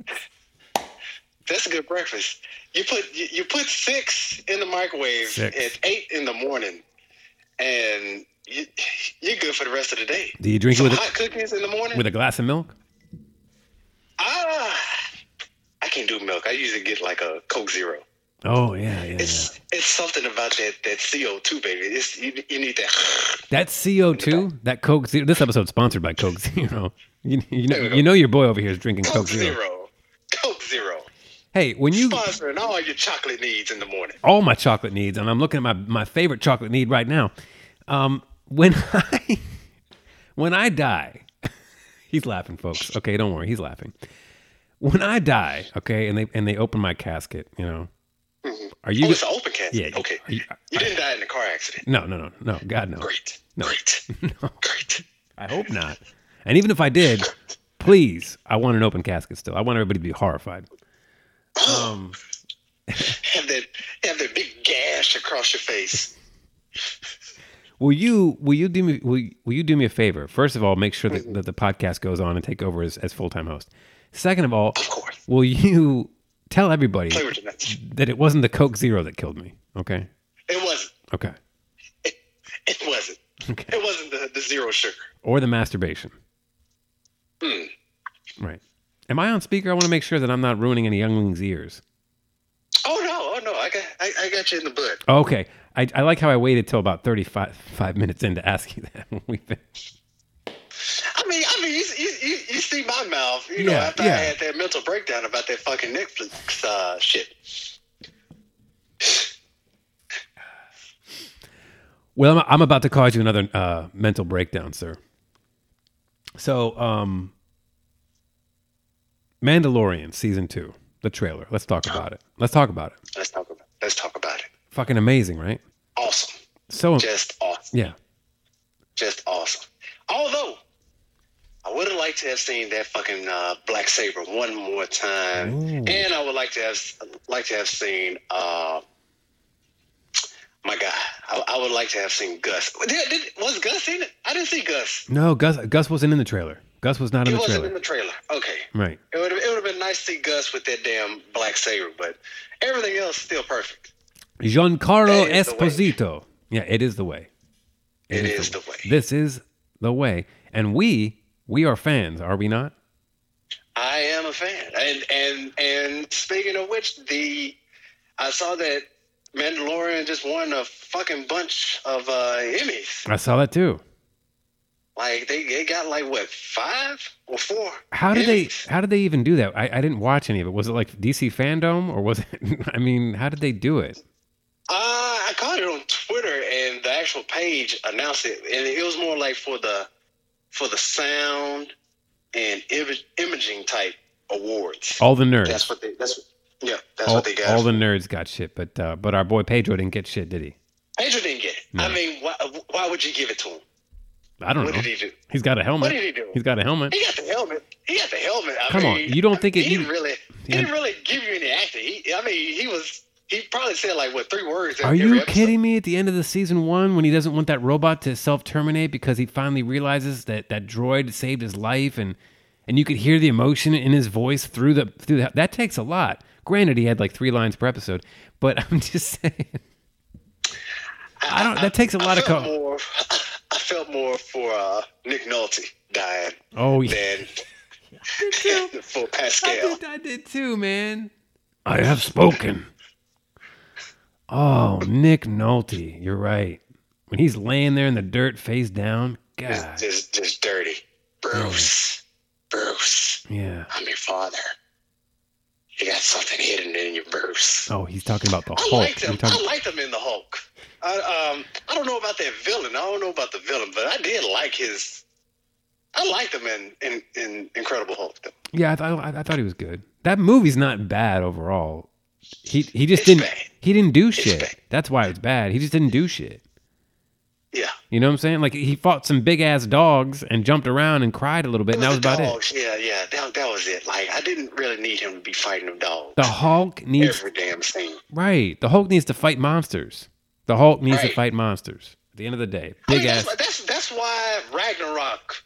That's a good breakfast. You put you, you put six in the microwave Six. at eight in the morning, and you you're good for the rest of the day. Do you drink it Some with hot a, cookies in the morning. with a glass of milk? ah, I can't do milk. I usually get like a Coke Zero. Oh yeah, yeah, yeah. It's it's something about that that CO two baby. It's you, you need that. That CO2, that Coke Zero. This episode's sponsored by Coke Zero. You, you know There we go. you know your boy over here is drinking Coke Coke Zero. Zero. Coke Zero. Hey, when you Sponsoring all your chocolate needs in the morning. all my chocolate needs, and I'm looking at my, my favorite chocolate need right now. Um, when I when I die, he's laughing, folks. Okay, don't worry, he's laughing. when I die, okay, and they and they open my casket, you know, Mhm. are you? Oh, it's an open casket. Yeah. yeah. Okay. Are you- You didn't die in a car accident. no, no, no, no. God no. Great. No. Great. no. Great. I hope not. And even if I did, please, I want an open casket still. I want everybody to be horrified. Um, Have that have that big gash across your face. Will you will you do me will, you- will you do me a favor? First of all, make sure that, that the podcast goes on and take over as, as full time host. Second of all, will you tell everybody Play with your nuts. that it wasn't the Coke Zero that killed me? Okay. It wasn't. Okay. It wasn't. It wasn't the, the zero sugar. Or the masturbation. Hmm. Right. Am I on speaker? I want to make sure that I'm not ruining any younglings' ears. Oh no, oh no, I got I, I got you in the butt. Okay. I, I like how I waited till about 35 five minutes in to ask you that when we fin- I mean, I mean, you, you, you, you see my mouth, you know, Yeah, after yeah. I had that mental breakdown about that fucking Netflix uh, shit. Well, I'm, I'm about to cause you another uh, mental breakdown, sir. So, um, Mandalorian season two, the trailer. Let's talk about it. Let's talk about it. Let's talk about. Let's talk about it. Fucking amazing, right? Awesome, So, just awesome, yeah. just awesome. Although, I would have liked to have seen that fucking uh, black saber one more time, and I would like to have like to have seen. Uh, my God, I, I would like to have seen Gus. Did, did, was Gus in it? I didn't see Gus. No, Gus. Gus wasn't in the trailer. Gus was not He in the wasn't trailer. in the trailer. Okay. Right. It would have it would have been nice to see Gus with that damn black saber, but everything else still perfect. Giancarlo It is the way. Esposito. Yeah, it is the way. it is the way. This is the way, and we we are fans, are we not? I am a fan, and and and speaking of which, the I saw that Mandalorian just won a fucking bunch of uh, Emmys. I saw that too. Like they, they got like what five or four? How did they? How did they even do that? I, I didn't watch any of it. Was it like DC fandom or was it? I mean, how did they do it? Uh, I caught it on Twitter, and the actual page announced it, and it was more like for the for the sound and image, imaging type awards. All the nerds. That's what they. That's what, yeah. That's all, what they got. all the nerds got shit, but uh, but our boy Pedro didn't get shit, did he? Pedro didn't get it. I No. mean, why, why would you give it to him? I don't What know. did he do? He's got a helmet. What did he do? He's got a helmet. He got the helmet. He got the helmet. I Come on, mean, you don't think he it? You, didn't really. He Yeah. didn't really give you any acting. He, I mean, he was. He probably said like what three words. are every you episode. kidding me? At the end of the season one, when he doesn't want that robot to self terminate because he finally realizes that that droid saved his life, and and you could hear the emotion in his voice through the through the, that takes a lot. Granted, he had like three lines per episode, but I'm just saying. I don't. That takes a lot I of. felt Co- more. I felt more for uh, Nick Nolte dying oh yeah. than for Pascal. I did too, man. I have spoken. Oh, Nick Nolte, you're right. When he's laying there in the dirt, face down. God, Just, just, just dirty. Bruce. Bruce. yeah. I'm your father. You got something hidden in your Bruce. Oh, he's talking about the I Hulk. liked him. You're talking- I liked him in the Hulk. I, um, I don't know about that villain. I don't know about the villain, but I did like his. I liked him in in, in Incredible Hulk. Though. yeah, I, thought I, I thought he was good. That movie's not bad overall. He he just didn't he didn't do shit. That's why it's bad. He just didn't do shit. Yeah. You know what I'm saying? Like he fought some big ass dogs and jumped around and cried a little bit, and that was about it. Dogs, Yeah, yeah. That, that was it. Like I didn't really need him to be fighting them dogs. The Hulk needs every damn scene. Right. The Hulk needs to fight monsters. The Hulk needs to Right. fight monsters. At the end of the day, I mean, big that's, ass. why- that's that's why Ragnarok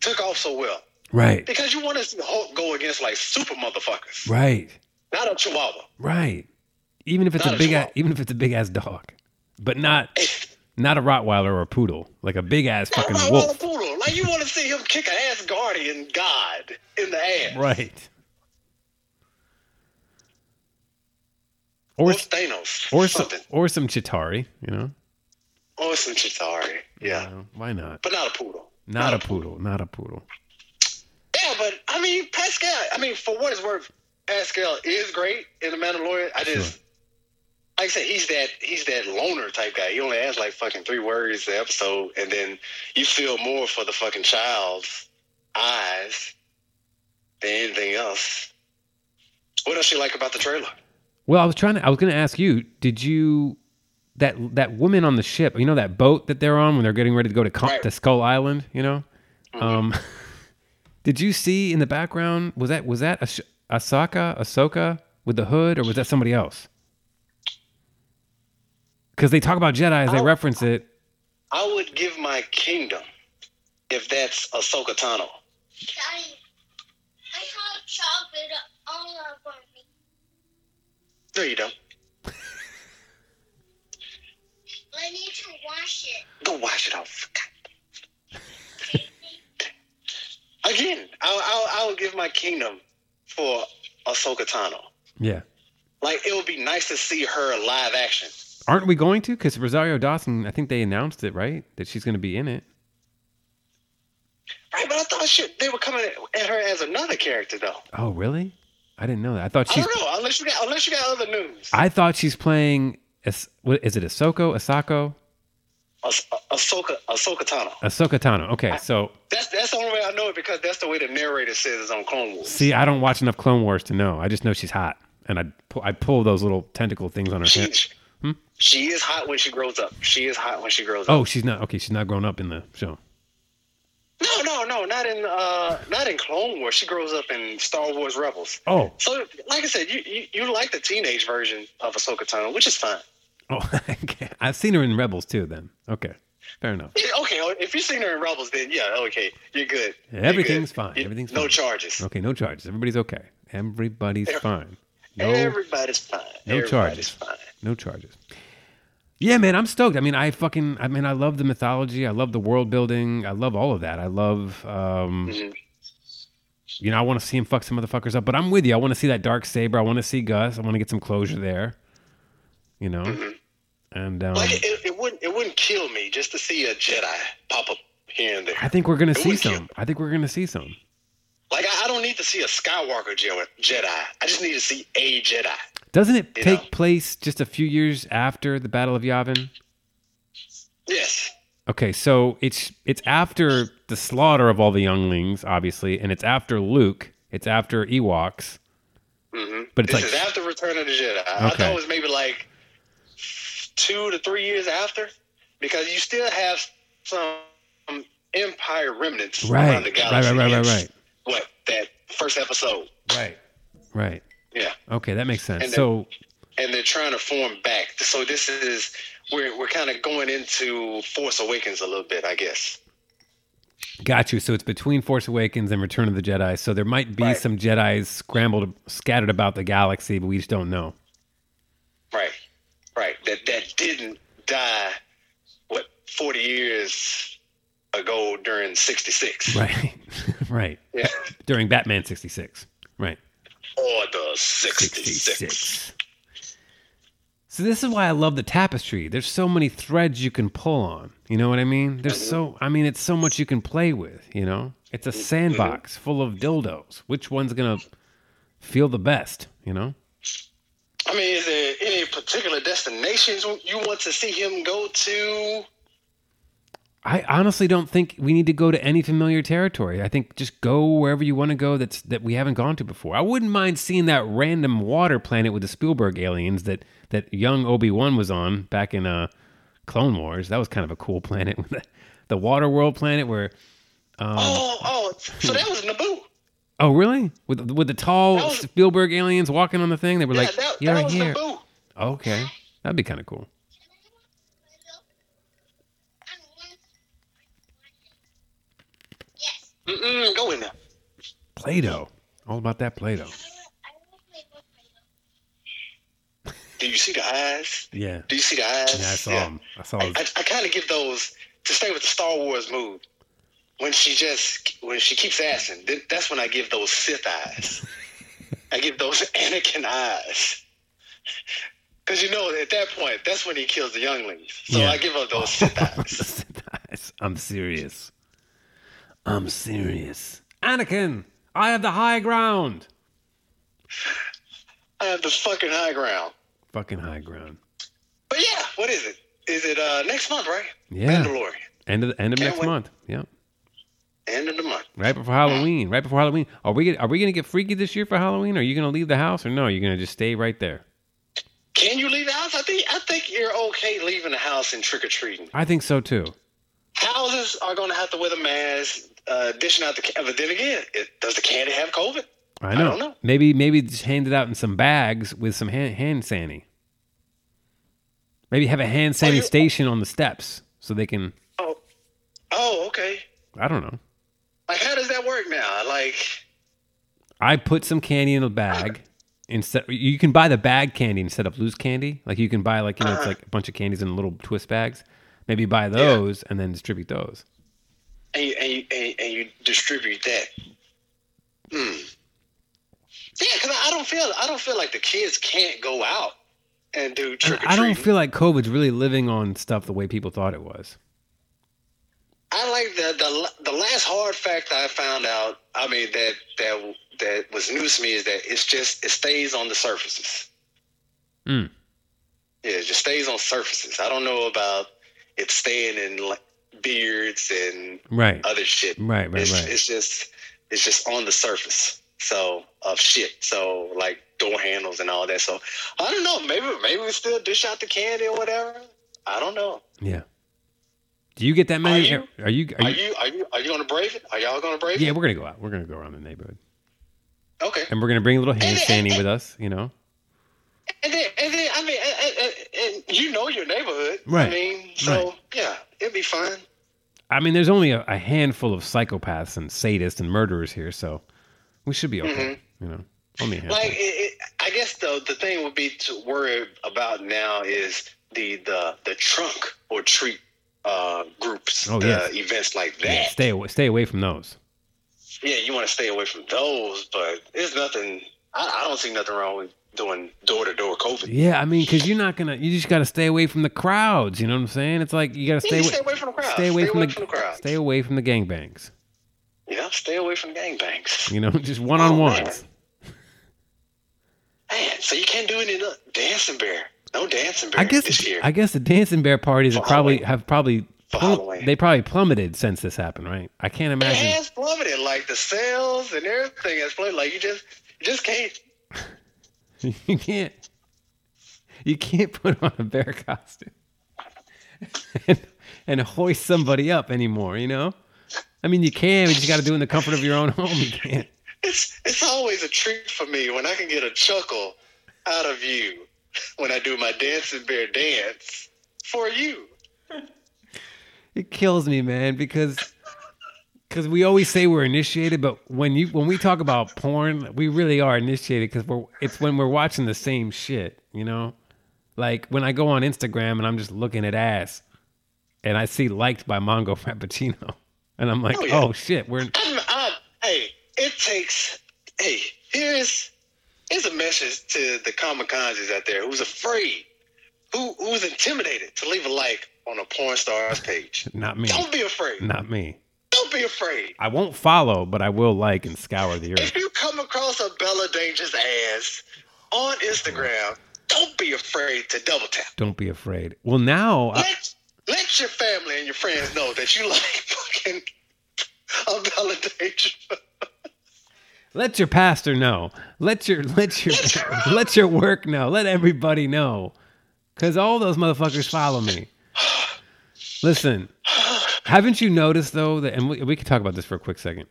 took off so well. Right. Because you want to see Hulk go against like super motherfuckers, Right. not a Chihuahua. Right. Even if it's Not a a big ass, Chihuahua. even if it's a big ass dog, but not not a Rottweiler or a poodle, like a big ass fucking Like, wolf. Poodle. Like you want to see him kick an ass guardian god in the ass. Right. Or s- Thanos. or some something. or some Chitari, you know. Or some Chitari. Yeah. You know, why not? But not a poodle. Not a poodle. Not a poodle. Yeah, but I mean Pascal. I mean, for what it's worth, Pascal is great in the Mandalorian. I just like I said, he's that he's that loner type guy. He only has like fucking three words an episode, and then you feel more for the fucking child's eyes than anything else. What else you like about the trailer? Well, I was trying to. I was going to ask you. Did you that that woman on the ship? You know that boat that they're on when they're getting ready to go to, Co- to Skull Island. You know. Um, did you see in the background? Was that was that Ash- Asaka Ahsoka with the hood, or was that somebody else? Because they talk about Jedi as they reference it. I would give my kingdom if that's Ahsoka Tano. Daddy, I have chocolate all over me. No, you don't. I need to wash it. Go wash it off. Again, I'll, I'll, I'll give my kingdom for Ahsoka Tano. Yeah. Like, it would be nice to see her live action. Aren't we going to? Because Rosario Dawson, I think they announced it right that she's going to be in it. Right, but I thought shit, they were coming at her as another character, though. Oh, really? I didn't know that. I thought I she's. don't know, unless you got, unless you got other news. I thought she's playing. Is, what is it? Ahsoka, Asako, Ahs- Ahsoka, Ahsoka Tano. Ahsoka Tano. Okay, so That's, that's the only way I know it because that's the way the narrator says it's on Clone Wars. see, I don't watch enough Clone Wars to know. I just know she's hot, and I pull, I pull those little tentacle things on her head. She is hot when she grows up. She is hot when she grows up. Hmm? Oh, she's not okay. She's not grown up in the show. No, no, no, not in uh, not in Clone Wars. She grows up in Star Wars Rebels. Oh, So, like I said, you, you, you like the teenage version of Ahsoka Tano, which is fine. oh, okay. I've seen her in Rebels too. Then okay, fair enough. Yeah, okay, oh, if you've seen her in Rebels, then yeah, okay, you're good. Yeah, Everything's fine. Everything's no fine. charges. Okay, no charges. Everybody's okay. Everybody's fine. No, Everybody's fine. no Everybody's charges. fine. No charges. Yeah, man, I'm stoked. I mean, I fucking, I mean, I love the mythology. I love the world building. I love all of that. I love, um, Mm-hmm. you know, I want to see him fuck some motherfuckers up. But I'm with you. I want to see that dark saber. I want to see Gus. I want to get some closure there. You know, Mm-hmm. and um, Like it, it wouldn't it wouldn't kill me just to see a Jedi pop up here and there. I think we're gonna It see wouldn't kill- some. I think we're gonna see some. Like I, I don't need to see a Skywalker Je- Jedi. I just need to see a Jedi. Doesn't it You take place just a few years after the Battle of Yavin? Yes. Okay, so it's it's after the slaughter of all the younglings, obviously, and it's after Luke. It's after Ewoks. hmm But it's this like- is after Return of the Jedi. I I Okay. thought it was maybe like two to three years after, because you still have some Empire remnants around Right, the right, galaxy. right, right, right, It's right, What that first episode? Right. right. Yeah. Okay, that makes sense. And So And they're trying to form back. So this is we're we're kind of going into Force Awakens a little bit, I guess. got you. So it's between Force Awakens and Return of the Jedi. So there might be some Jedi's scrambled, scattered about the galaxy, but we just don't know. Right. Right. That that didn't die. What forty years ago during '66? Right. right. Yeah. During Batman sixty six. Right. Order 66. So this is why I love the tapestry. There's so many threads you can pull on. You know what I mean? There's so I mean it's so much you can play with, you know? It's a sandbox full of dildos. Which one's going to feel the best, you know? I mean, is there any particular destinations you want to see him go to? I honestly don't think we need to go to any familiar territory. I think just go wherever you want to go that's that we haven't gone to before. I wouldn't mind seeing that random water planet with the Spielberg aliens that that young Obi-Wan was on back in uh Clone Wars. That was kind of a cool planet with the, the water world planet where um, oh. Oh, oh, so that was Naboo. really? With with the tall That was- Spielberg aliens walking on the thing, they were like, that, "You're that was here." Naboo. Okay. That'd be kind of cool. Mm-mm, go in there. Play-Doh. All about that Play-Doh. Do you see the eyes? Yeah. Do you see the eyes? Yeah, I saw him. I saw him. I, I kind of give those to stay with the Star Wars mood. When she just when she keeps asking, th- that's when I give those Sith eyes. I give those Anakin eyes. Because you know, at that point, that's when he kills the younglings. So Yeah. I give up those Sith eyes. Guys, I'm serious. I'm serious. Anakin, I have the high ground. I have the fucking high ground. Fucking high ground. But yeah, what is it? Is it uh next month, right? Yeah. Mandalorian. End of the end of Can't next wait. month. Yeah. End of the month. Right before Halloween. Right before Halloween. Are we are we gonna get freaky this year for Halloween? Are you gonna leave the house or no? You're gonna just stay right there. Can you leave the house? I think I think you're okay leaving the house and trick or treating. I think so too. Houses are going to have to wear the mask, uh, dishing out the. ca- But then again, it, does the candy have COVID? I know. Maybe maybe just hand it out in some bags with some hand hand sanny. Maybe have a hand sanny station on the steps so they can. Oh, okay. I don't know. Like, how does that work now? Like, I put some candy in a bag. Instead, you can buy the bag candy instead of loose candy. Like you can buy like you know it's Uh-huh. like a bunch of candies in little twist bags. Maybe buy those and then distribute those. and you, and you, and, and you distribute that. Hmm. Yeah, because I don't feel I don't feel like the kids can't go out and do And trick or I don't treat. feel like COVID's really living on stuff the way people thought it was. I like the, the the last hard fact I found out. I mean that that that was news to me is that it's just it stays on the surfaces. Mm. Yeah, it just stays on surfaces. I don't know about it staying in like beards and Right. other shit. Right, right, Uh, it's, right. It's just it's just on the surface. So of shit. So like door handles and all that. So I don't know. Maybe maybe we still dish out the candy or whatever. I don't know. Yeah. Do you get that many? Are you? Are you, Are you are you are you gonna brave it? Are y'all gonna brave yeah, it? we're gonna go out. We're gonna go around the neighborhood, Okay. and we're gonna bring a little hand sandy with us. You know. And then, and then I mean, and, and, and you know your neighborhood. Right. I mean, so yeah, it'd be fun. I mean, there's only a, a handful of psychopaths and sadists and murderers here, so we should be okay. You know, only a handful. Mm-hmm. Like, it, it, I guess the the thing would be to worry about now is the the the trunk or treat uh, groups, Oh, the yes. events like that. Yeah, stay away. Stay away from those. Yeah, you want to stay away from those, but it's nothing. I, I don't see nothing wrong with doing door to door COVID. Yeah, I mean, because you're not gonna. You just gotta stay away from the crowds. You know what I'm saying? It's like you gotta stay, Yeah, you away, stay away from the crowds. Stay away, Stay from, away the, from the crowds. Stay away from the gangbangs. Yeah, stay away from gangbangs. You know, just one on ones. Man, so you can't do any no- dancing bear. No dancing bear I guess. this year. I guess the dancing bear parties have probably have probably plum- they probably plummeted since this happened, right? I can't It imagine. has plummeted, like the sales and everything has plummeted. Like you just, you just can't. you can't you can't put on a bear costume and, and hoist somebody up anymore you know i mean you can but you got to do it in the comfort of your own home you can't It's it's always a treat for me when I can get a chuckle out of you when I do my dancing bear dance for you. it kills me man because because we always say we're initiated but when you when we talk about porn we really are initiated because we're it's when we're watching the same shit you know like when i go on instagram and i'm just looking at ass and i see liked by mongo frappuccino and i'm like Oh, yeah. oh shit we're I'm, I'm, hey, it takes. Hey, here's here's a message to the kamikazes out there who's afraid, who who's intimidated to leave a like on a porn star's page. Not me. Don't be afraid. Not me. Don't be afraid. I won't follow, but I will like and scour the earth. If you come across a Bella Dangerous ass on Instagram, don't be afraid to double tap. Don't be afraid. Well, now, I, Let let your family and your friends know that you like fucking a Bella Dangerous. let your pastor know. Let your let your let your work know. Let everybody know, because all those motherfuckers follow me. Listen, haven't you noticed though that, and we, we can talk about this for a quick second.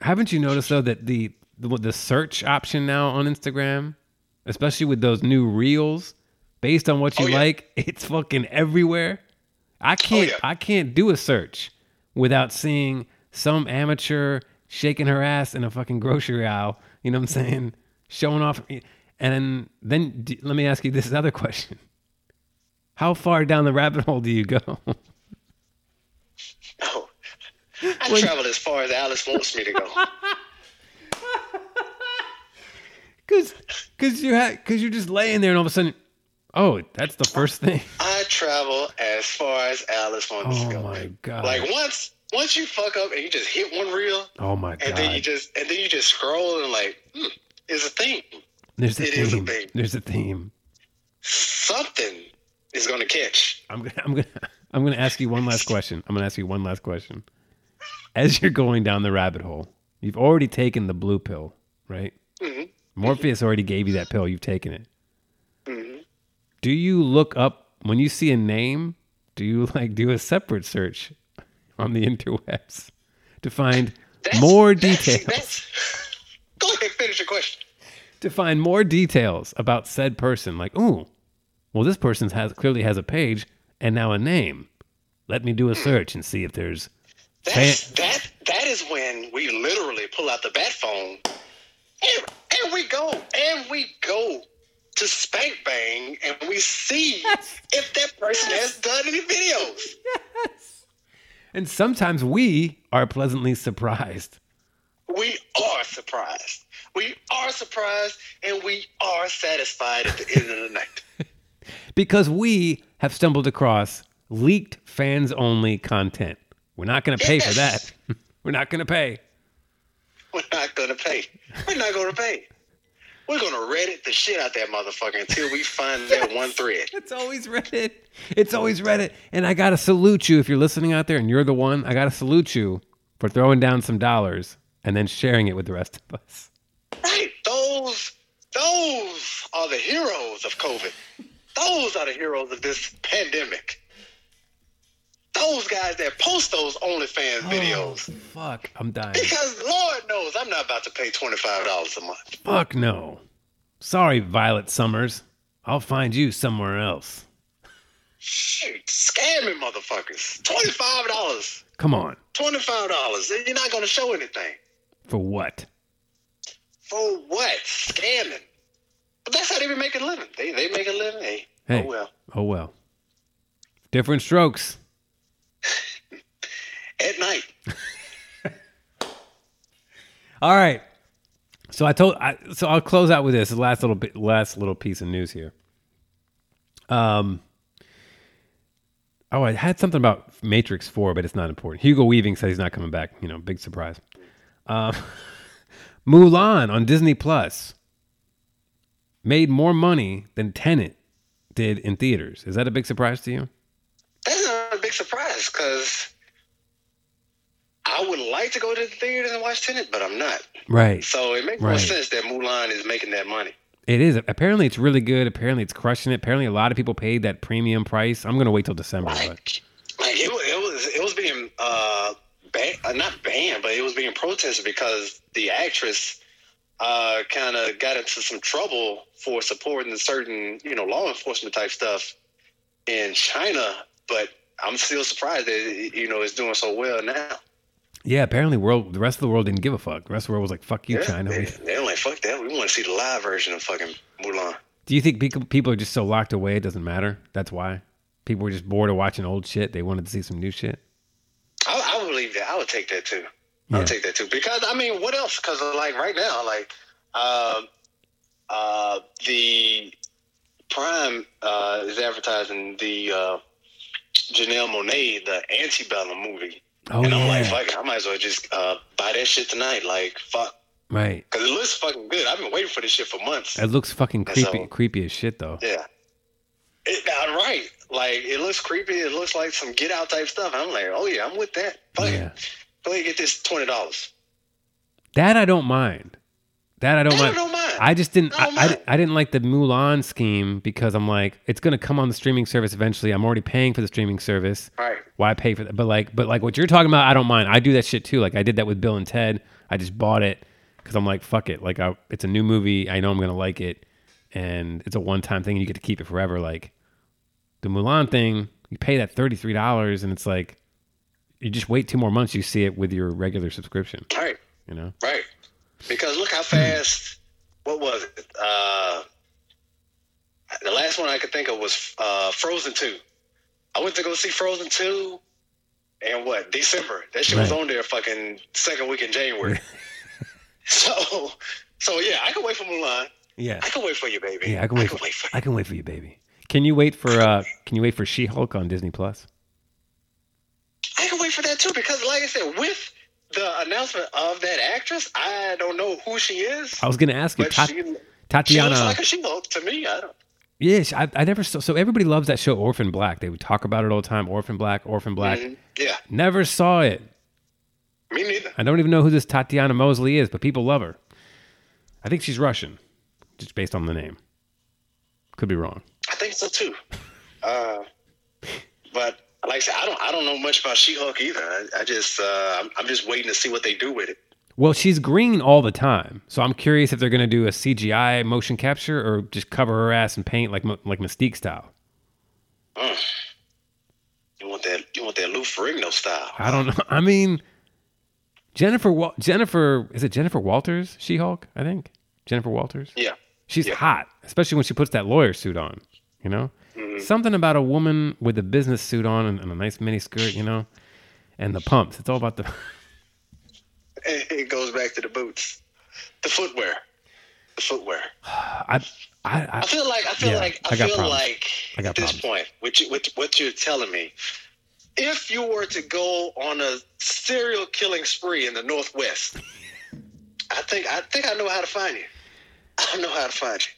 Haven't you noticed though that the the, the search option now on Instagram, especially with those new reels, based on what you like, it's fucking everywhere. I can't I can't do a search without seeing some amateur shaking her ass in a fucking grocery aisle. You know what I'm saying? Showing off. And then d- let me ask you this other question: How far down the rabbit hole do you go? Oh. I travel as far as Alice wants me to go. Cause, cause you had, cause you're just laying there, and all of a sudden, oh, that's the first thing. I travel as far as Alice wants Oh to go. my God. Like once once you fuck up and you just hit one reel Oh my and then you god! just and then you just scroll and like, hmm, it's a thing. There's a it is a theme. thing. There's a theme. Something is gonna catch. I'm gonna, I'm gonna, I'm gonna ask you one last question. I'm gonna ask you one last question. as you're going down the rabbit hole, you've already taken the blue pill, right? Mhm. Morpheus already gave you that pill. You've taken it. Mhm. Do you look up when you see a name? Do you like do a separate search on the interwebs to find more details? Go ahead, finish your question. to find more details about said person. Like, ooh, well, this person has clearly has a page and now a name. Let me do a search and see if there's. Fan- That's, that that is when we literally pull out the bat phone, and, and we go and we go to Spank Bang, and we see if that person has done any videos. and sometimes we are pleasantly surprised. We are surprised. We are surprised, and we are satisfied at the end of the night. because we have stumbled across leaked fans only content. We're not going to pay for that. We're not going to pay. We're not gonna pay. We're not gonna pay. We're gonna Reddit the shit out that motherfucker until we find that one thread. It's always Reddit. It's always Reddit. And I got to salute you if you're listening out there and you're the one. I got to salute you for throwing down some dollars and then sharing it with the rest of us. Right. Those those are the heroes of COVID. Those are the heroes of this pandemic. Those guys that post those Oh. OnlyFans videos. Fuck, I'm dying. Because Lord knows I'm not about to pay twenty five dollars a month. Fuck no. Sorry, Violet Summers. I'll find you somewhere else. Shoot, scamming motherfuckers. Twenty five dollars. Come on. Twenty five dollars. You're not gonna show anything. For what? For what? Scamming. But that's how they be making a living. They they make a living. Hey, Hey. oh well. Oh well. Different strokes. At night. All right. So I told. I, so I'll close out with this the last little bit, last little piece of news here. Um. Oh, I had something about Matrix Four, but it's not important. Hugo Weaving says he's not coming back. You know, big surprise. Um, Mulan on Disney Plus made more money than Tenet did in theaters. Is that a big surprise to you? That's not a big surprise because I would like to go to the theaters and watch Tenet, but I'm not. Right. So it makes more Right. sense that Mulan is making that money. It is. Apparently, it's really good. Apparently, it's crushing it. Apparently, a lot of people paid that premium price. I'm gonna wait till December. But Like it, wa- it was, it was being uh, ban- uh, not banned, but it was being protested because the actress uh, kind of got into some trouble for supporting certain, you know, law enforcement type stuff in China. But I'm still surprised that you know it's doing so well now. yeah, apparently, world the rest of the world didn't give a fuck. The rest of the world was like, "Fuck you, China." They, We- they're like, fuck that. We want to see the live version of fucking Mulan. Do you think peop- people are just so locked away? It doesn't matter. That's why people were just bored of watching old shit. They wanted to see some new shit. I, I would believe that. I would take that too. I Yeah. would take that too because I mean, what else? Because like right now, like um uh, the Prime uh, is advertising the uh, Janelle Monet, the Antebellum movie, Oh and I'm like, yeah, fuck, it, I might as well just uh, buy that shit tonight. Like, fuck, right. because it looks fucking good. I've been waiting for this shit for months. It looks fucking And so- creepy, creepy as shit though. Yeah. It, uh, right. Like, it looks creepy. It looks like some get out type stuff. I'm like, oh, yeah, I'm with that. Fuck Yeah. it. Go ahead and get this $20. That I don't mind. That I don't That I mind. don't mind. I just didn't. I don't I, I, mind. I didn't like the Mulan scheme because I'm like, it's gonna come on the streaming service eventually. I'm already paying for the streaming service. Right. Why pay for that? But like, but like what you're talking about, I don't mind. I do that shit too. Like I did that with Bill and Ted. I just bought it because I'm like, fuck it. Like I, it's a new movie. I know I'm gonna like it, and it's a one time thing. and You get to keep it forever. Like the Mulan thing, you pay that thirty three dollars, and it's like, you just wait two more months, you see it with your regular subscription. Right. You know. Right. Because look how fast, what was it? Uh, the last one I could think of was uh, Frozen 2. I went to go see Frozen 2 and what? December. That shit was Right. on there fucking second week in January. so, so yeah, I can wait for Mulan. Yeah. I can wait for you, baby. Yeah, I can wait. for, I can wait for you, baby. Can you wait for uh Can you wait for She Hulk on Disney Plus? I can wait for that too because, like I said, with the announcement of that actress, I don't know who she is. I was gonna ask you, But Ta- she- she Tatiana. She looks like a she-hulk to me. I don't. yeah, she- I, I never saw. So everybody loves that show, Orphan Black. They would talk about it all the time. Orphan Black, Orphan Black. Mhm. Yeah. Never saw it. Me neither. I don't even know who this Tatiana Mosley is, but people love her. I think she's Russian, just based on the name. Could be wrong. I think so too. Uh, but like I said, I don't I don't know much about She-Hulk either. I, I just uh, I'm, I'm just waiting to see what they do with it. Well, she's green all the time, so I'm curious if they're going to do a CGI motion capture or just cover her ass in paint like Mo- like Mystique style. Mm. You want that you want that Lou Ferrigno style? I don't know. I mean, Jennifer Wa- Jennifer is it Jennifer Walters? She Hulk, I think. Jennifer Walters. Yeah. She's hot, especially when she puts that lawyer suit on. You know, something about a woman with a business suit on and, and a nice mini skirt. You know, and the pumps. It's all about the. It goes back to the boots, the footwear, the footwear. I I, I, I feel like I feel yeah, like I, got feel problems. like I got at this problems. point, which what, what you're telling me, if you were to go on a serial killing spree in the Northwest, I think I think I know how to find you. I know how to find you.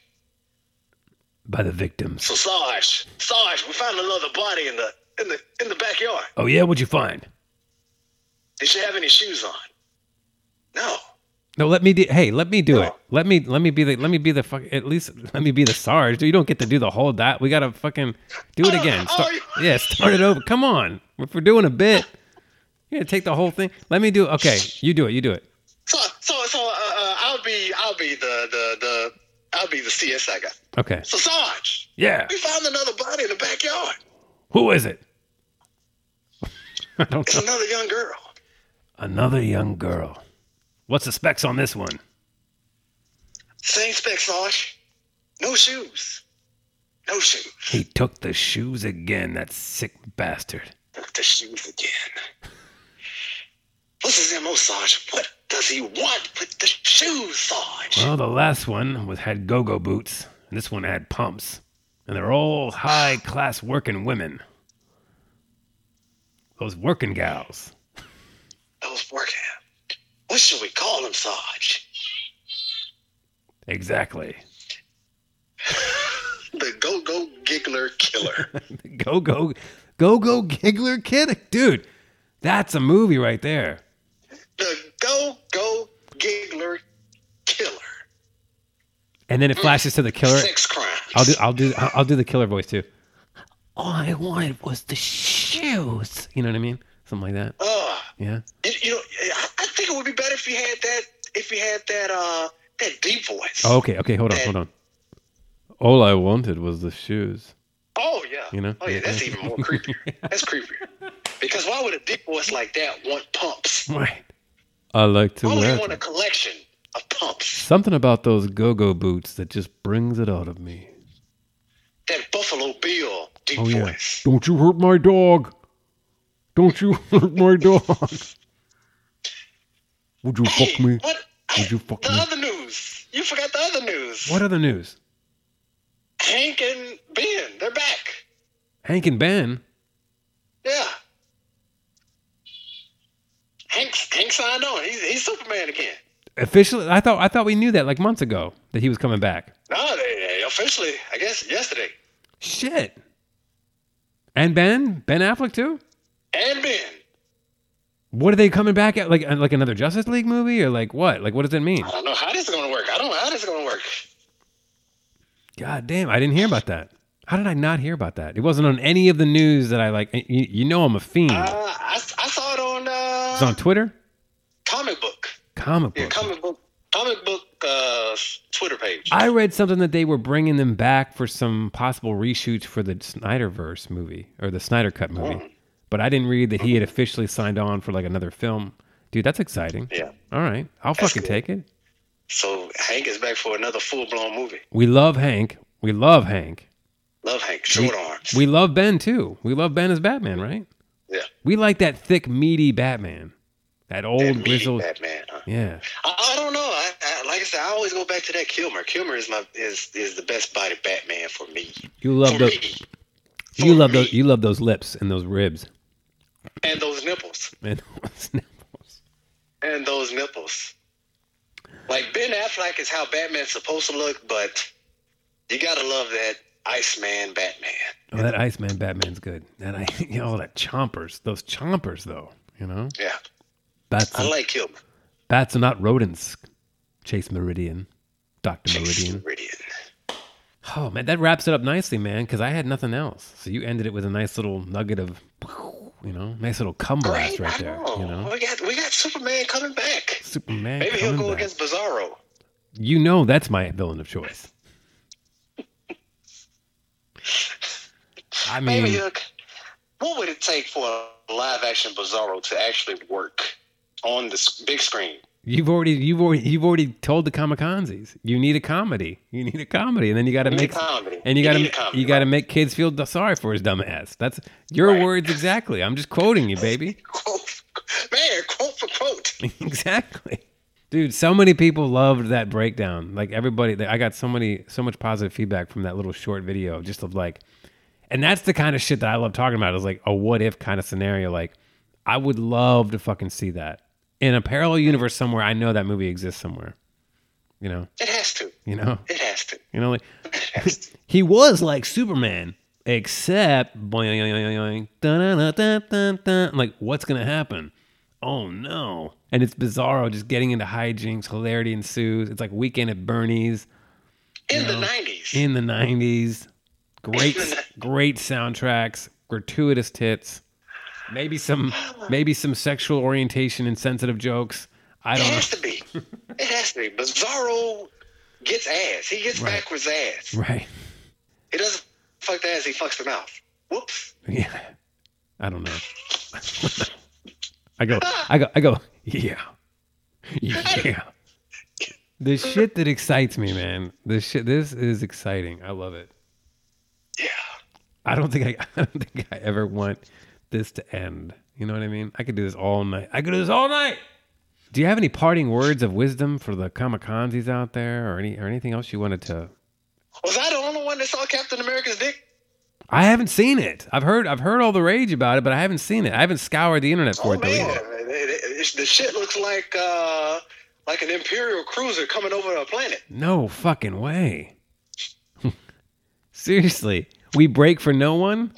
by the victims. So Sarge, Sarge, we found another body in the in the in the backyard. Oh yeah, what'd you find? Did she have any shoes on? No. No, let me. Do, hey, let me do it. Let me. Let me be the. Let me be the. Fuck, at least let me be the Sarge. You don't get to do the whole dot. We gotta fucking do it again. Start, yeah, start it over. Come on. If we're doing a bit, you gonna take the whole thing. Let me do. Okay, you do it. You do it. So so so uh, uh, I'll be I'll be the the the I'll be the CSI guy. Okay. So Sarge, Yeah. we found another body in the backyard. Who is it? I don't It's know. another young girl. Another young girl. What's the specs on this one? Same spec, Sarge. No shoes. No shoes. He took the shoes again. That sick bastard. Took the shoes again. What's his MO, Sarge? What does he want with the shoes, Sarge? Well, the last one was had go-go boots, and this one had pumps, and they're all high-class working women. Those working gals. Those working. What should we call him, Sarge? Exactly. The go go giggler killer. Go go go go giggler kid, dude. That's a movie right there. the go go giggler killer. And then it flashes to the killer. Sex crime. I'll do I'll do I'll I'll do the killer voice too. All I wanted was the shoes. You know what I mean? Something like that. yeah. Uh, You, you know, I, I think it would be better if he had that. If he had that. Uh, that deep voice. Oh, okay, okay, hold on, hold on. All I wanted was the shoes. Oh yeah. You know? Oh yeah. That's even more creepier. That's creepier. Because why would a deep voice like that want pumps? Right. I like to Why would wear he want a collection of pumps? Something about those go-go boots that just brings it out of me. That Buffalo Bill deep oh yeah. voice. Don't you hurt my dog. Don't you hurt my dog. Would you fuck me? Would you fuck The me? other news. You forgot the other news. What other news? Hank and Ben, they're back. Hank and Ben. Yeah. Hank, Hank signed on. He's, he's Superman again. Officially I thought I thought we knew that like months ago that he was coming back. No, they, they officially, I guess, yesterday. Shit. And Ben? Ben Affleck too? And Ben. What are they coming back at? Like like another Justice League movie or like what? Like what does it mean? I don't know how this is going to work. I don't know how this is going to work. God damn, I didn't hear about that. How did I not hear about that? It wasn't on any of the news that I like. You, you know I'm a fiend. Uh, I, I saw it on uh, Hmm. it's on Twitter, comic book. comic Yeah, book. comic book. Comic book uh, Twitter page. I read something that they were bringing them back for some possible reshoots for the Snyderverse movie or the Snyder Cut movie, Oh. but I didn't read that he had officially signed on for like another film. Dude, that's exciting. Yeah. All right, I'll That's fucking cool. take it. So Hank is back for another full blown movie. We love Hank. We love Hank. Love Hank. We- Short arm. We love Ben too. We love Ben as Batman, right? Yeah. We like that thick, meaty Batman. That old grizzled Batman. huh? Yeah. I, I don't know. I, I, like I said, I always go back to that Kilmer. Kilmer is my is is the best body Batman for me. You love those You love those you love those lips and those ribs. And those nipples. And And those nipples. Like Ben Affleck is how Batman's supposed to look, but you gotta love that Iceman Batman. oh, that Iceman Batman's good. That I you know, all that chompers. Those chompers though, you know? Yeah. Bats. I like Kilmer. Bats are not rodents. Chase Meridian. Dr. Meridian. Oh, man, that wraps it up nicely, man, because I had nothing else. So you ended it with a nice little nugget of, you know, nice little cum blast right there. You know, We got we got Superman coming back. Superman. Maybe he'll coming go back. against Bizarro. You know that's my villain of choice. I mean, Maybe he'll, what would it take for a live action Bizarro to actually work on the s- big screen? you've already you've already you've already told the kamikazes you need a comedy. You need a comedy, and then you got to You need make a comedy. and you You got need a to comedy, you got to make kids feel sorry for his dumb ass. That's your words exactly. I'm just quoting you, baby. Man, quote for quote. exactly. Dude, so many people loved that breakdown. Like everybody, I got so many, so much positive feedback from that little short video, just of like, and that's the kind of shit that I love talking about. Is like a what if kind of scenario. Like, I would love to fucking see that in a parallel universe somewhere. I know that movie exists somewhere. You know, It has to. you know, It has to. you know, like he was like Superman, except boing, boing, boing, boing, dun, dun, dun, dun, dun. like what's gonna happen? Oh no! And it's bizarro, just getting into hijinks, hilarity ensues. It's like Weekend at Bernie's In the nineties. in the '90s. Great, great soundtracks, gratuitous tits, maybe some, maybe some sexual orientation and sensitive jokes. I It don't know. has to be. It has to be. Bizarro gets ass. He gets backwards ass. Right. He doesn't fuck the ass, he fucks the mouth. Whoops. Yeah. I don't know. I go, I go, I go, yeah. Yeah. The shit that excites me, man. This shit, this is exciting. I love it. Yeah. I don't think I, I don't think I ever want this to end. You know what I mean? I could do this all night. I could do this all night. Do you have any parting words of wisdom for the kamikazes out there, or any or anything else you wanted to? Was I the only one that saw Captain America's dick? I haven't seen it. I've heard I've heard all the rage about it, but I haven't seen it. I haven't scoured the internet for it though. Yeah, Either. Oh, it- it- it's- the shit looks like uh, like an Imperial cruiser coming over a planet. No fucking way. Seriously, we break for no one,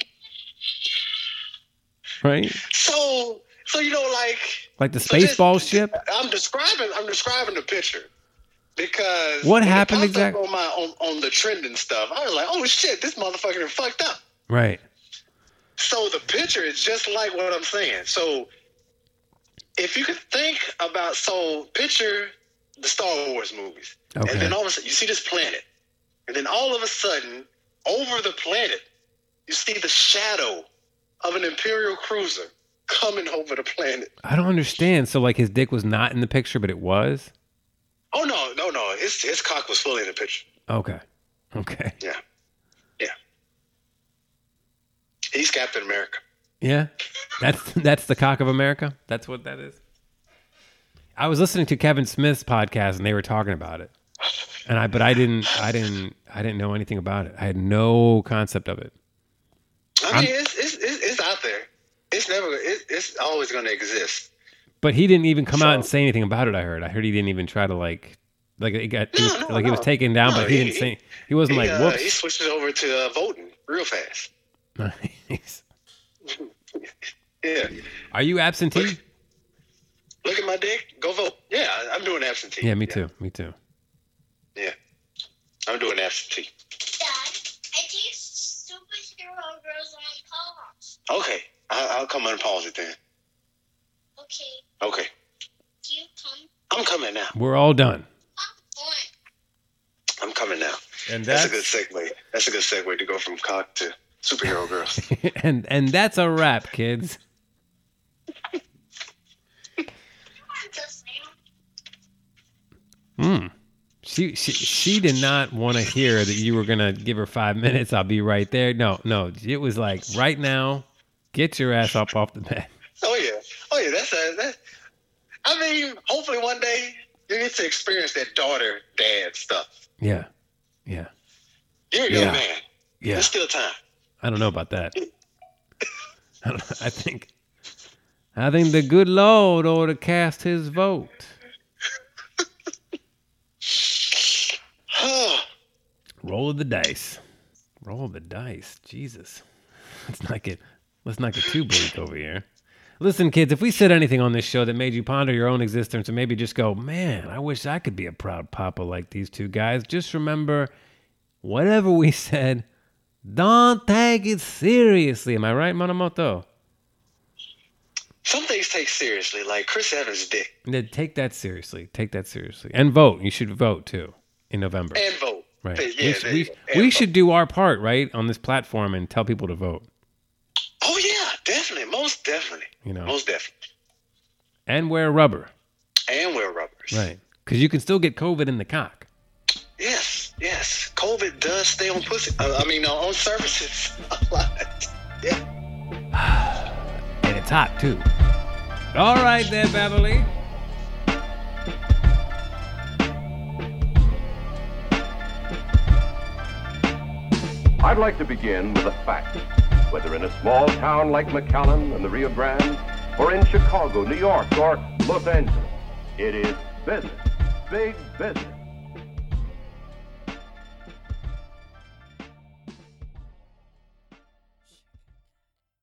right? So, so you know, like Like the Spaceball ship. I'm describing, I'm describing the picture because What when it happened popped up exact- on my on, on the trending stuff? I was like, oh shit, this motherfucker done fucked up. Right. So the picture is just like what I'm saying. So if you could think about, so picture the Star Wars movies, Okay. and then all of a sudden you see this planet, and then all of a sudden over the planet you see the shadow of an Imperial cruiser coming over the planet. I don't understand. So like his dick was not in the picture, but it was. Oh no, no, no! His his cock was fully in the picture. Okay. Okay. Yeah, yeah. He's Captain America. Yeah. That's that's the cock of America. That's what that is. I was listening to Kevin Smith's podcast and they were talking about it. And I but I didn't I didn't I didn't know anything about it. I had no concept of it. I mean, it's, it's it's it's out there. It's never. It, it's always going to exist. But he didn't even come out and say anything about it. I heard. I heard he didn't even try to like, like it got it was- like he was taken down, No, but he, he- didn't say. He wasn't he, like, uh, he whoops. switches over to uh, voting real fast. Nice. Yeah, Are you absentee? look at my dick. Go vote. Yeah, I- I'm doing absentee. Yeah, me too. Me too. Yeah, I'm doing absentee. I teach superhero girls on pause. Okay, I, I'll come unpause it then. Okay, Okay, do you come? I'm coming now. We're all done. I'm coming now. And a good segue. That's a good segue to go from cock to superhero girls. and and that's a wrap, kids. Hmm. She, she she did not want to hear that you were gonna give her five minutes. I'll be right there. No, no. It was like right now. Get your ass up off the bed. Oh yeah, oh yeah. That's a that. I mean, hopefully one day you get to experience that daughter dad stuff. Yeah. Yeah. You're a young Yeah. man. Yeah. There's still time. I don't know about that. I, don't know. I think I think the good Lord ought to cast his vote. Roll of the dice. Roll of the dice. Jesus. Let's not get let's not get too bleak over here. Listen, kids, if we said anything on this show that made you ponder your own existence and maybe just go, man, I wish I could be a proud papa like these two guys, just remember whatever we said, don't take it seriously. Am I right, Monomoto? Some things take seriously, like Chris Evans' dick. Yeah, Take that seriously. Take that seriously. And vote. You should vote too in November. And vote. Right. Yeah, we there should, you we, go. we And should do our part, right, on this platform and tell people to vote. Oh yeah, definitely, most definitely, You know. most definitely, And wear rubber. and wear rubbers. Right. Because you can still get COVID in the cock. Yes, yes. COVID does stay on pussy. Uh, I mean, uh, on surfaces a lot. Yeah. And it's hot too. All right there, Beverly. I'd like to begin with a fact. Whether in a small town like McAllen and the Rio Grande, or in Chicago, New York, or Los Angeles, it is business, big business.